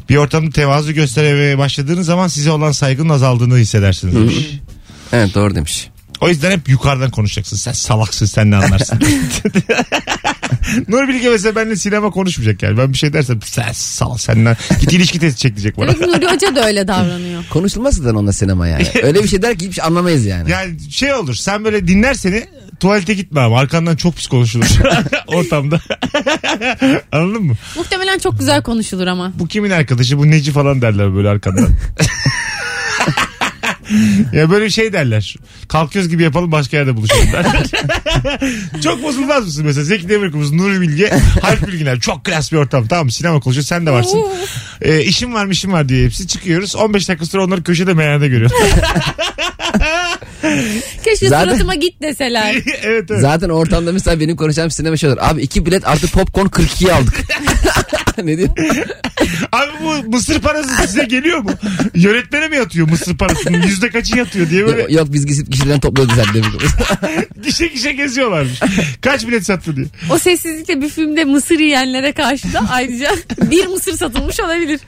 Speaker 2: Bir ortamda tevazu göstermeye başladığınız zaman size olan saygının azaldığını hissedersiniz demiş.
Speaker 4: Evet doğru demiş.
Speaker 2: O yüzden hep yukarıdan konuşacaksın. Sen salaksın sen ne anlarsın. Nuri Bilge mesela benimle sinema konuşmayacak yani. Ben bir şey dersem sen sal senden. Git ilişki testi çek diyecek bana.
Speaker 3: Evet Nuri Hoca da öyle davranıyor.
Speaker 4: Konuşulmaz zaten onunla sinema yani. Öyle bir şey der ki hiçbir şey anlamayız yani.
Speaker 2: Yani şey olur sen böyle dinler seni tuvalete gitme ama arkandan çok pis konuşulur ortamda. Anladın mı?
Speaker 3: Muhtemelen çok güzel konuşulur ama.
Speaker 2: Bu kimin arkadaşı bu neci falan derler böyle arkandan. ya böyle şey derler. Kalkıyoruz gibi yapalım başka yerde buluşalım derler. çok bozulmaz mısın mesela? Zeki Demirkubuz, Nuri Bilge, Harp Bilginer. Çok klas bir ortam tamam mı? Sinema konuşuyor sen de varsın. Ee, işim var işim var diye hepsi çıkıyoruz. 15 dakika sonra onları köşede meyhanede görüyor.
Speaker 3: Keşke
Speaker 4: Zaten-
Speaker 3: suratıma git deseler.
Speaker 2: evet evet.
Speaker 4: Zaten ortamda mesela benim konuşacağım sinema şey olur. Abi iki bilet artı popcorn 42'ye aldık. ne diyor?
Speaker 2: Abi bu mısır parası size geliyor mu? Yönetmene mi yatıyor mısır parasının? Yüzde kaçı yatıyor diye böyle
Speaker 4: Yok biz gizli kişilerden topluyoruz sen demiş.
Speaker 2: gişe gişe geziyorlarmış. Kaç bilet sattı diye.
Speaker 3: O sessizlikle bir filmde mısır yiyenlere karşı da ayrıca bir mısır satılmış olabilir.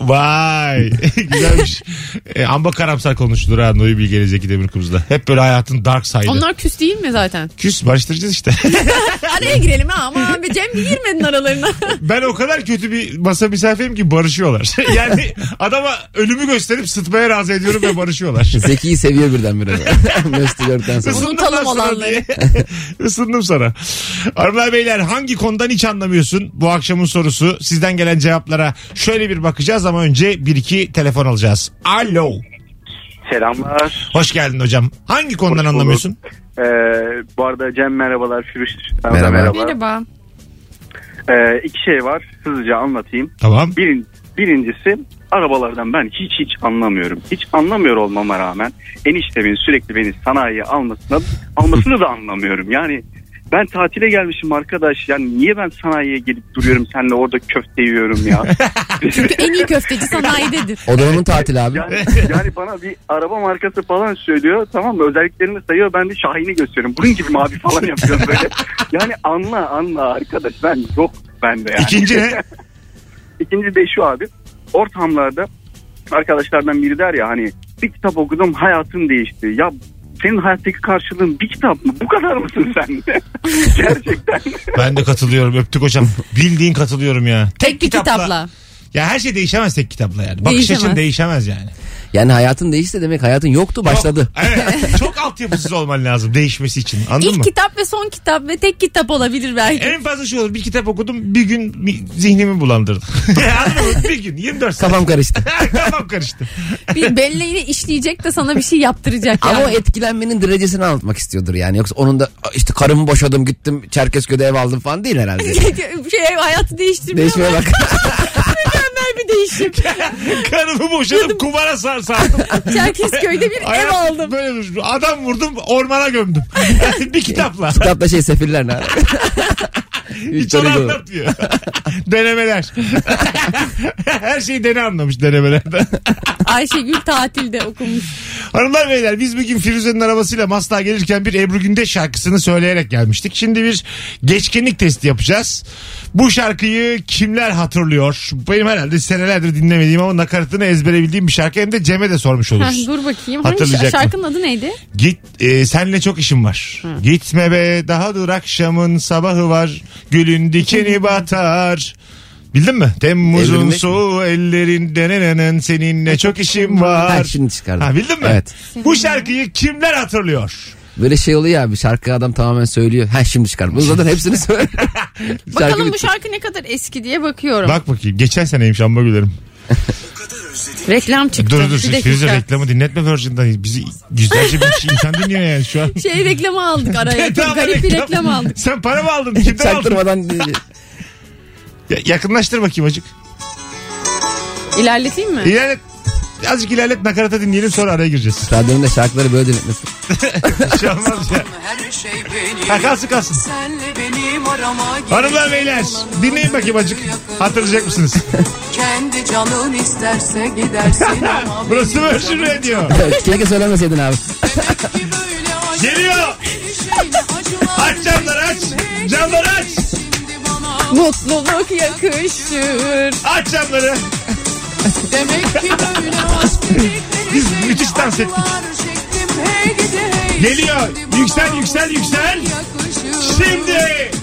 Speaker 2: Vay. Güzelmiş. E, amba karamsar konuşulur ha Nuri Bilge ile Zeki Demirkubuz'da. Hep böyle hayatın dark side'ı.
Speaker 3: Onlar küs değil mi zaten?
Speaker 2: Küs barıştıracağız işte.
Speaker 3: Araya girelim ha aman be Cem bir girmedin aralarına.
Speaker 2: ben o kadar kötü bir masa misafiriyim ki barışıyorlar. yani adama ölümü gösterip sıtmaya razı ediyorum ve barışıyorlar.
Speaker 4: Zeki'yi seviyor birdenbire. Mesut'u gördükten sonra.
Speaker 2: Isındım
Speaker 3: Unutalım
Speaker 2: lan sana
Speaker 3: olanları.
Speaker 2: diye. Isındım sana. Arımlar beyler hangi konudan hiç anlamıyorsun? Bu akşamın sorusu. Sizden gelen cevaplara şöyle bir bakacağız ama önce bir iki telefon alacağız. Alo.
Speaker 5: Selamlar.
Speaker 2: Hoş geldin hocam. Hangi konudan
Speaker 5: bulduk.
Speaker 2: anlamıyorsun?
Speaker 5: Ee, bu arada Cem merhabalar. Firuş
Speaker 4: Merhaba.
Speaker 3: Merhaba.
Speaker 5: Ee, iki şey var. Hızlıca anlatayım.
Speaker 2: Tamam.
Speaker 5: Birin, birincisi arabalardan ben hiç hiç anlamıyorum. Hiç anlamıyor olmama rağmen eniştemin sürekli beni sanayiye almasına, almasını da anlamıyorum. Yani ben tatile gelmişim arkadaş. Yani niye ben sanayiye gelip duruyorum senle orada köfte yiyorum ya.
Speaker 3: Çünkü en iyi köfteci sanayidedir.
Speaker 4: O da onun tatili abi.
Speaker 5: Yani, yani bana bir araba markası falan söylüyor tamam mı özelliklerini sayıyor ben de Şahin'i gösteriyorum. Bunun gibi mavi falan yapıyorum böyle. Yani anla anla arkadaş ben yok bende yani.
Speaker 2: İkinci ne?
Speaker 5: İkinci de şu abi. Ortamlarda arkadaşlardan biri der ya hani bir kitap okudum hayatım değişti. Ya senin hayattaki karşılığın bir kitap mı? Bu kadar mısın sen? Gerçekten.
Speaker 2: Ben de katılıyorum öptük hocam. Bildiğin katılıyorum ya.
Speaker 3: Tek bir kitapla.
Speaker 2: Ya her şey değişemez tek kitapla yani. Bakış
Speaker 3: Değişemez.
Speaker 2: açın değişemez yani.
Speaker 4: Yani hayatın değişti demek hayatın yoktu başladı.
Speaker 2: Çok, evet. Çok altyapısız olman lazım değişmesi için. Anladın
Speaker 3: İlk
Speaker 2: mı?
Speaker 3: kitap ve son kitap ve tek kitap olabilir belki.
Speaker 2: En fazla şu olur. Bir kitap okudum bir gün mi- zihnimi bulandırdı. Anladın mı? Bir gün 24 saat.
Speaker 4: Kafam karıştı.
Speaker 2: Kafam karıştı.
Speaker 3: Bir belleğini işleyecek de sana bir şey yaptıracak
Speaker 4: Ama o
Speaker 3: yani.
Speaker 4: etkilenmenin derecesini anlatmak istiyordur yani. Yoksa onun da işte karımı boşadım gittim Çerkezköy'de ev aldım falan değil herhalde.
Speaker 3: şey hayatı değiştirmiyor
Speaker 4: Değişmeye
Speaker 3: ama
Speaker 4: bak.
Speaker 3: mükemmel bir değişim.
Speaker 2: Karımı boşadım kumara sar sardım.
Speaker 3: Çerkezköy'de bir ev
Speaker 2: Hayat
Speaker 3: aldım.
Speaker 2: Böyle bir- adam vurdum ormana gömdüm. bir kitapla.
Speaker 4: Kitapta şey sefiller ne? Üç
Speaker 2: Hiç
Speaker 4: tane
Speaker 2: onu
Speaker 4: gördüm.
Speaker 2: anlatmıyor. denemeler. Her şeyi dene anlamış denemelerde.
Speaker 3: Ayşegül tatilde okumuş.
Speaker 2: Hanımlar beyler biz bugün Firuze'nin arabasıyla Maslak'a gelirken bir Ebru Gündeş şarkısını söyleyerek gelmiştik. Şimdi bir geçkinlik testi yapacağız. Bu şarkıyı kimler hatırlıyor? Benim herhalde senelerdir dinlemediğim ama nakaratını ezbere bildiğim bir şarkı. Hem de Cem'e de sormuş
Speaker 3: Heh,
Speaker 2: oluruz.
Speaker 3: dur bakayım.
Speaker 2: Hatırlayacak mı?
Speaker 3: Hangi şa- şarkının adı neydi?
Speaker 2: Git e, senle çok işim var. Gitme be daha dur akşamın sabahı var. Gülün dikeni batar. Bildin mi? Temmuz'un
Speaker 4: Evrilmek
Speaker 2: soğuğu ellerinde nenenen seninle çok işim
Speaker 4: Ben
Speaker 2: var.
Speaker 4: şimdi çıkardım.
Speaker 2: Ha, bildin mi?
Speaker 4: Evet.
Speaker 2: Bu şarkıyı kimler hatırlıyor?
Speaker 4: Böyle şey oluyor abi şarkı adam tamamen söylüyor. Ha şimdi çıkar. Bunu zaten hepsini söylüyor.
Speaker 3: Bakalım bu şarkı ne kadar eski diye bakıyorum.
Speaker 2: Bak bakayım. Geçen seneymiş amma gülerim.
Speaker 3: Reklam çıktı.
Speaker 2: Dur dur
Speaker 3: Bir
Speaker 2: siz
Speaker 3: dakika.
Speaker 2: Firuze reklamı dinletme Virgin'den. Bizi yüzlerce bin kişi insan dinliyor yani şu an.
Speaker 3: Şey reklamı aldık araya. Çok
Speaker 2: Bedava
Speaker 3: garip bir reklam aldık.
Speaker 2: Sen para mı aldın? Kimden aldın?
Speaker 4: Çaktırmadan e,
Speaker 2: Ya- yakınlaştır bakayım acık.
Speaker 3: İlerleteyim mi?
Speaker 2: İlerlet. Azıcık ilerlet nakarata dinleyelim sonra araya gireceğiz.
Speaker 4: radyonun da şarkıları böyle dinletmesi.
Speaker 2: Bir şey olmaz ya.
Speaker 8: Her şey benim.
Speaker 2: Ha, kalsın kalsın.
Speaker 8: Senle benim arama gir.
Speaker 2: Hanımlar beyler dinleyin bakayım acık. Hatırlayacak mısınız?
Speaker 8: Kendi canın isterse gidersin ama
Speaker 2: Burası Virgin Radio.
Speaker 4: Evet, Keşke söylemeseydin abi.
Speaker 8: ki böyle acı
Speaker 2: Geliyor.
Speaker 8: bir şeyle acılar
Speaker 2: Aç camları aç.
Speaker 8: benim.
Speaker 2: Camları aç.
Speaker 8: Şimdi bana
Speaker 3: Mutluluk yakışır.
Speaker 2: Aç camları.
Speaker 8: demek ki böyle aşk dedikleri
Speaker 2: Biz
Speaker 8: şeyle
Speaker 2: müthiş dans ettik.
Speaker 8: acılar çektim hey gidi hey.
Speaker 2: Geliyor.
Speaker 8: Şimdi bana
Speaker 2: Yüksel yüksel yüksel.
Speaker 8: yakışır.
Speaker 2: Şimdi